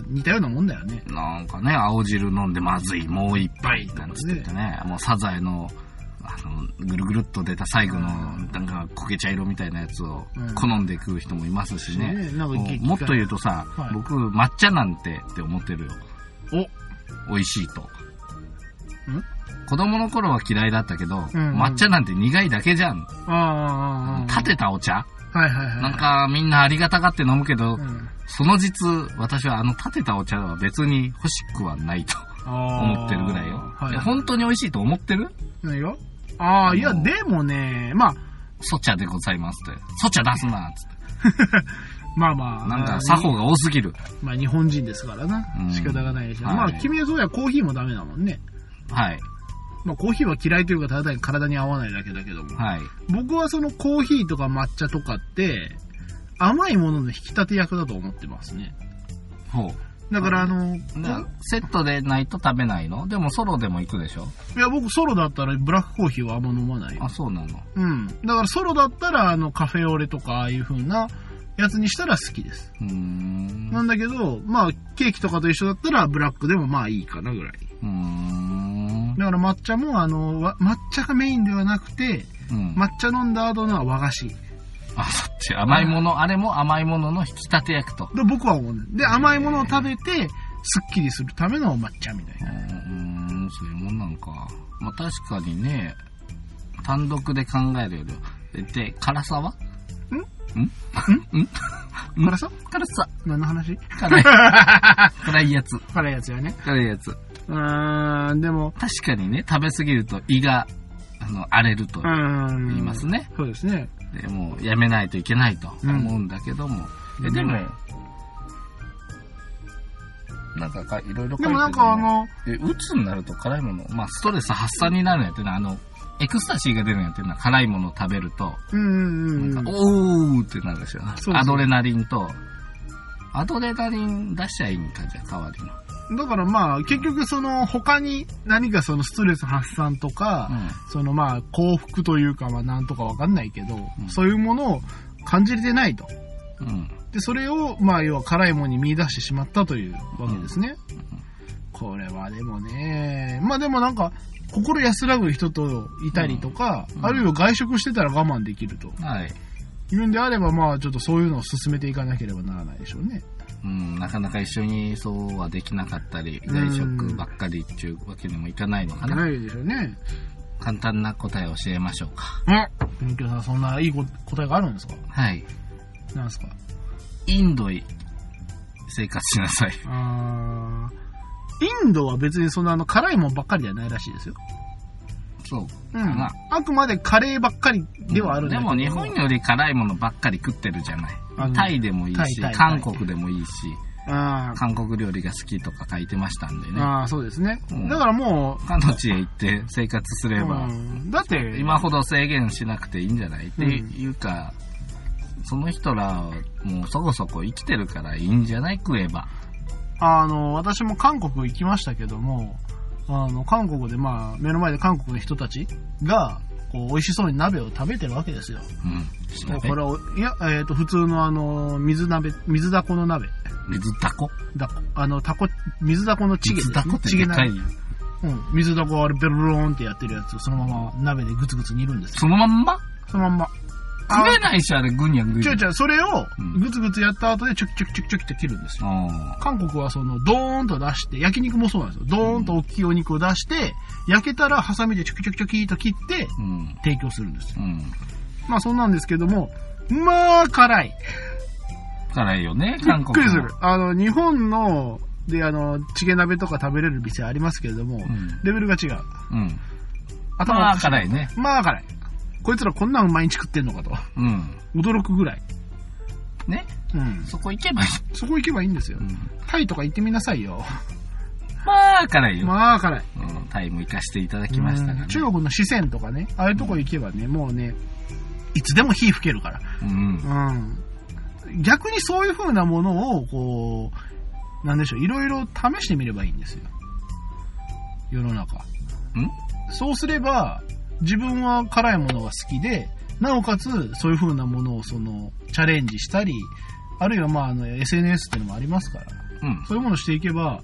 Speaker 2: 似たようなもんだよね。
Speaker 1: なんかね、青汁飲んでまずい、もう一杯、なんつっててね、もうサザエの、あの、ぐるぐるっと出た最後の、なんか焦げ茶色みたいなやつを
Speaker 2: うん
Speaker 1: 好んで食う人もいますしね。
Speaker 2: ねなんか
Speaker 1: も
Speaker 2: 激
Speaker 1: う
Speaker 2: 辛
Speaker 1: もっと言うとさ、
Speaker 2: はい
Speaker 1: 僕、抹茶なんてって思ってるよ。美味しいと。子供の頃は嫌いだったけど、
Speaker 2: うん
Speaker 1: 抹茶なんて苦いだけじゃん。
Speaker 2: おああ、
Speaker 1: 立てたお茶
Speaker 2: はいはいはい。
Speaker 1: なん、かみんなありがたがって飲むけど
Speaker 2: う、ん、
Speaker 1: その実、私はあの立てたお茶は別に欲しくはないと。思ってるぐらいよ。
Speaker 2: はい
Speaker 1: いや。本当に美味しいと思ってる
Speaker 2: 何よああ、いや、
Speaker 1: あの
Speaker 2: でもね、まあ、
Speaker 1: ソチャでございますって。ソチャ出すなっつって。
Speaker 2: まあまあ、
Speaker 1: なん
Speaker 2: あ
Speaker 1: か
Speaker 2: の
Speaker 1: 作法が多すぎる。
Speaker 2: まあ日本人ですからな
Speaker 1: う。ん
Speaker 2: 仕方がないでしょ。
Speaker 1: はい
Speaker 2: まあ、君はそうや、コーヒーもダメだもんね。
Speaker 1: はい。
Speaker 2: まあ、コーヒーは嫌いというか、ただ単に体に合わないだけだけども。
Speaker 1: はい。
Speaker 2: 僕はそのコーヒーとか抹茶とかって、甘いものの引き立て役だと思ってますね。
Speaker 1: ほう。
Speaker 2: だから、あの、
Speaker 1: だからセットでないと食べないのでもソロでも行くでしょ
Speaker 2: いや、僕ソロだったらブラックコーヒーはあんま飲まないよ
Speaker 1: あ、。そうなの。
Speaker 2: うん。だからソロだったら、あの、カフェオレとか、ああいう風なやつにしたら好きです。
Speaker 1: うーん。
Speaker 2: なんだけど、まあ、ケーキとかと一緒だったら、ブラックでもまあいいかなぐらい。
Speaker 1: うーん。
Speaker 2: だから抹茶も、あの、わ抹茶がメインではなくて、
Speaker 1: うん。
Speaker 2: 抹茶飲んだ後のは和菓子。
Speaker 1: あ、そっち。甘いもの、あれも甘いものの引き立て役と。
Speaker 2: で、僕は思うね。で、甘いものを食べて、すっきりするための抹茶みたいうな。
Speaker 1: ーん、そういうもんなんか。まあ確かにね、単独で考えるよりは。で、辛さは
Speaker 2: 辛さ
Speaker 1: 辛さ。
Speaker 2: 何の話
Speaker 1: 辛い。辛いやつ。
Speaker 2: 辛いやつやね。
Speaker 1: 辛いやつ。
Speaker 2: うーん、でも、
Speaker 1: 確かにね、食べ過ぎると胃が、あの、荒れると
Speaker 2: うーん。
Speaker 1: 言いますね。
Speaker 2: そうですね。
Speaker 1: でもう、やめないといけないと
Speaker 2: うん
Speaker 1: 思うんだけども。え、でも、なんかか、いろいろ書いてるね
Speaker 2: でもなんかあの、
Speaker 1: え、鬱になると辛いもの、まあ、ストレス発散になるんやってね、あの、エクスタシーが出るんやってるのは辛いものを食べると、
Speaker 2: うんうんう
Speaker 1: なん
Speaker 2: ん
Speaker 1: か、。おーってなるでしょ。
Speaker 2: そうそう
Speaker 1: アドレナリンと、アドレナリン出しちゃいいんか、じゃあ代わりの。
Speaker 2: だからまあ、結局その他に何かそのストレス発散とか、そのまあ幸福というかまあなんとかわかんないけど、
Speaker 1: うん
Speaker 2: そういうものを感じれてないと。
Speaker 1: うん。うん。
Speaker 2: で、それをまあ要は辛いものに見出してしまったというわけですね。これはでもね、まあでもなんか、心安らぐ人といたりとか、
Speaker 1: うんうん
Speaker 2: あるいは外食してたら我慢できると。
Speaker 1: はい。
Speaker 2: いうんであればまあちょっとそういうのを進めていかなければならないでしょうね。
Speaker 1: うん、なかなか一緒にそうはできなかったり、外食ばっかりっていうわけにもいかないのかな。
Speaker 2: いでしょうね。
Speaker 1: 簡単な答えを教えましょうか。
Speaker 2: あ勉強さん、そんないいこ答えがあるんですか
Speaker 1: はい。
Speaker 2: なんですか
Speaker 1: インドへ生活しなさい。
Speaker 2: あーインドは別にそんなあの辛いもんばっかりじゃないらしいですよ。
Speaker 1: そう。
Speaker 2: うん。
Speaker 1: ま
Speaker 2: あ
Speaker 1: あ
Speaker 2: くまでカレーばっかりではあるんだ
Speaker 1: で
Speaker 2: けど
Speaker 1: も日本より辛いものばっかり食ってるじゃない
Speaker 2: あの。
Speaker 1: タイでもいい
Speaker 2: タイ
Speaker 1: し
Speaker 2: タイ、タ
Speaker 1: 韓
Speaker 2: イ
Speaker 1: 国でもいいし、
Speaker 2: あー
Speaker 1: 韓国料理が好きとか書いてましたんでね。
Speaker 2: あー、そうですね。
Speaker 1: うん
Speaker 2: だからも
Speaker 1: 彼の地へ行って生活す
Speaker 2: う、
Speaker 1: れば、
Speaker 2: うんだって、
Speaker 1: 今ほど制限しなくていいんじゃないっていうか、その人ら、もうそこそこ生きてるからいいんじゃない食えば。
Speaker 2: あの、私も韓国行きましたけども、あの、韓国でまあ、目の前で韓国の人たちが、こう、美味しそうに鍋を食べてるわけですよ。
Speaker 1: うん。調べ
Speaker 2: これを、いや、えっ、と、普通のあの、水鍋、水だこの鍋。
Speaker 1: 水タコ
Speaker 2: だこあの、たこ、水だこのチゲです
Speaker 1: 水
Speaker 2: ね、
Speaker 1: タコって
Speaker 2: チゲ
Speaker 1: で
Speaker 2: 鍋
Speaker 1: かい。
Speaker 2: うん、水だこをあれベロローンってやってるやつをそのまま鍋でグツグツ煮るんですよ。
Speaker 1: そのまんま
Speaker 2: そのまんま。
Speaker 1: 食えないし、あれ、ぐにゃぐに
Speaker 2: ち
Speaker 1: ゃ。
Speaker 2: ょいちょい、それを
Speaker 1: うん
Speaker 2: グツグツやった後でチュキチュキチュキチュキって切るんですよ。
Speaker 1: あ
Speaker 2: 韓国はそのドーンと出して、焼肉もそうなんですよ。ドーンと大きいお肉を出して、焼けたらハサミでチュキチュキチュキと切って
Speaker 1: ーうん。
Speaker 2: 提供するんですよ。
Speaker 1: うん。
Speaker 2: まあそんなんですけども、まあ辛い。
Speaker 1: 辛いよね、
Speaker 2: び
Speaker 1: 韓
Speaker 2: っ
Speaker 1: 国
Speaker 2: くりす
Speaker 1: も
Speaker 2: る。あの、日本の、で、あの、チゲ鍋とか食べれる店ありますけれども、レベルが違う。
Speaker 1: うん。うん。
Speaker 2: 頭
Speaker 1: ま
Speaker 2: が
Speaker 1: あ、辛いね。
Speaker 2: まあ辛い。こいつらこんなん毎日食ってんのかと。
Speaker 1: うん。
Speaker 2: 驚くぐらい。
Speaker 1: ね。
Speaker 2: うん。
Speaker 1: そこ行けばいい。
Speaker 2: そこ行けばいいんですよ。タイとか行ってみなさいよ。
Speaker 1: まあ、辛いよ。
Speaker 2: まあ辛い。
Speaker 1: うん、タイム行かせていただきましたが、ね
Speaker 2: うん中国の四川とかね、ああいうとこ行けばね、もうね、いつでも火吹けるか
Speaker 1: うん。
Speaker 2: ら。うん。逆にそういう風なものを、こう、なんでしょう、いろいろ試してみればいいんですよ。世の中。そうすれば、自分は辛いものが好きで、なおかつ、そういう風なものを、その、チャレンジしたり、あるいは、まあ、あの、SNS っていうのもありますから、
Speaker 1: うん。
Speaker 2: そういうものをしていけば、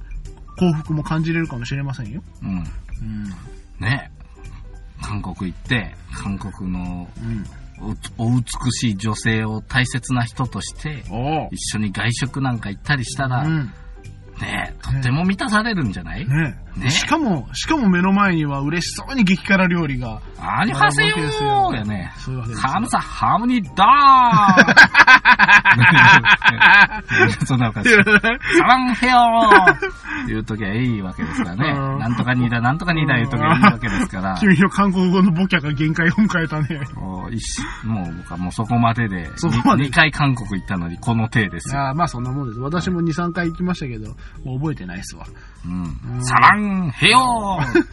Speaker 2: 幸福も感じれるかもしれませんよ。
Speaker 1: うん。
Speaker 2: うん。
Speaker 1: ね。韓国行って、韓国の
Speaker 2: うん。
Speaker 1: おお美しい女性を大切な人として、
Speaker 2: おう
Speaker 1: 一緒に外食なんか行ったりしたら、
Speaker 2: ん。
Speaker 1: ねとっても満たされるんじゃない、
Speaker 2: ね
Speaker 1: ね
Speaker 2: しかも、しかも目の前には嬉しそうに激辛料理が。
Speaker 1: ありはせよーやね。
Speaker 2: そういうわけですよ。
Speaker 1: ハムサハムニ ダーそんなおかしい。サランヘヨー言うときはいいわけですからね。
Speaker 2: うん
Speaker 1: なんとかにだ、なんとかにだ言うときはいいわけです から。
Speaker 2: 君の韓国語のボキャが限界を迎えたね。
Speaker 1: もう一しもう僕はもうそこまでで、
Speaker 2: そこまで
Speaker 1: 2回韓国行ったのにこの手ですよ。
Speaker 2: ああ、まあそんなもんです。私も2、3回行きましたけど、もう覚えてないっすわ。
Speaker 1: うん
Speaker 2: うん
Speaker 1: サランヘヨー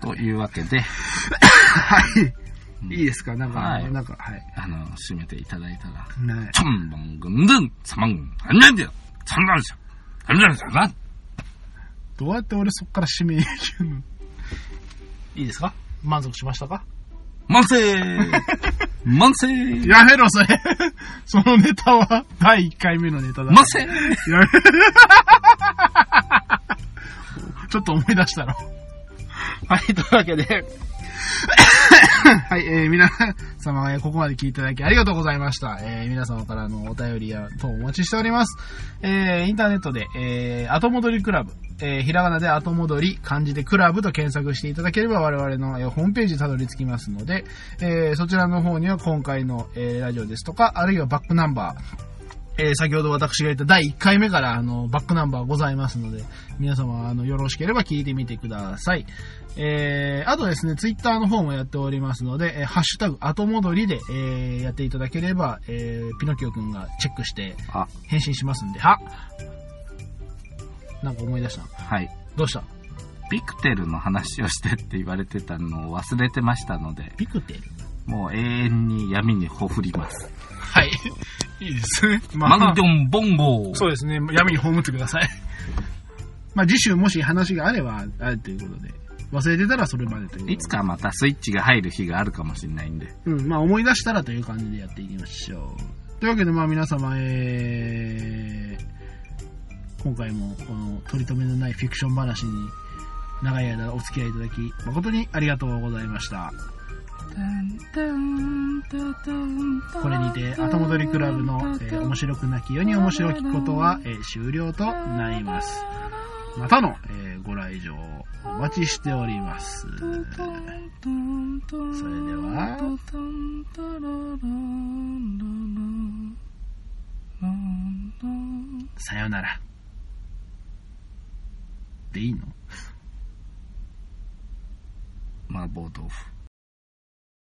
Speaker 1: というわけで、
Speaker 2: はい。いいですかなんか、
Speaker 1: はい
Speaker 2: なんか、はい。
Speaker 1: あの、締めていただいたら。
Speaker 2: ね
Speaker 1: 천봉군든 사망군 안녕하세요 참가하세요 안녕하세요 난
Speaker 2: どうやって俺そっから締めに行くのいいですか満足しましたか
Speaker 1: 만세 만세
Speaker 2: やめろ、それ。 そのネタは、第1回目のネタだ。
Speaker 1: 만세
Speaker 2: やめ ちょっと思い出したら。はい、というわけで。 はい、えー、皆様、えーここまで聞いていただきありがとうございました。えー、皆様からのお便りや等お待ちしております。えー、インターネットで、えー、後戻りクラブ、えー、ひらがなで後戻り、漢字でクラブと検索していただければ我々の、えーホームページにたどり着きますので、えー、そちらの方には今回の、えー、ラジオですとか、あるいはバックナンバー、えー先ほど私が言った第1回目からあのバックナンバーございますので、皆様あのよろしければ聞いてみてください。えーあとですね、ツイッターの方もやっておりますので、えーハッシュタグ後戻りで、えーやっていただければ、えーピノキオくんがチェックして
Speaker 1: あ
Speaker 2: 返信しますんで、はなんか思い出した
Speaker 1: はい
Speaker 2: どうした
Speaker 1: ピクテルの話をしてって言われてたのを忘れてましたので、
Speaker 2: ピクテル
Speaker 1: もう永遠に闇にほふります。
Speaker 2: はい。 いいですね。ま
Speaker 1: マンギョンボンゴー
Speaker 2: そうですね。闇に葬ってください。まあ次週もし話があれば、あれということで。忘れてたらそれまでということで
Speaker 1: いつ。かまたスイッチが入る日があるかもしれないんで。
Speaker 2: うん、まあ思い出したらという感じでやっていきましょう。というわけでまあ皆様、えー、今回もこの取り留めのないフィクション話に長い間お付き合いいただき、誠にありがとうございました。これにて後戻りクラブの、えー面白くなき世に面白きことは、えー終了となります。またの、えーご来場お待ちしております。それでは、さよなら。でいいの
Speaker 1: 麻婆豆腐。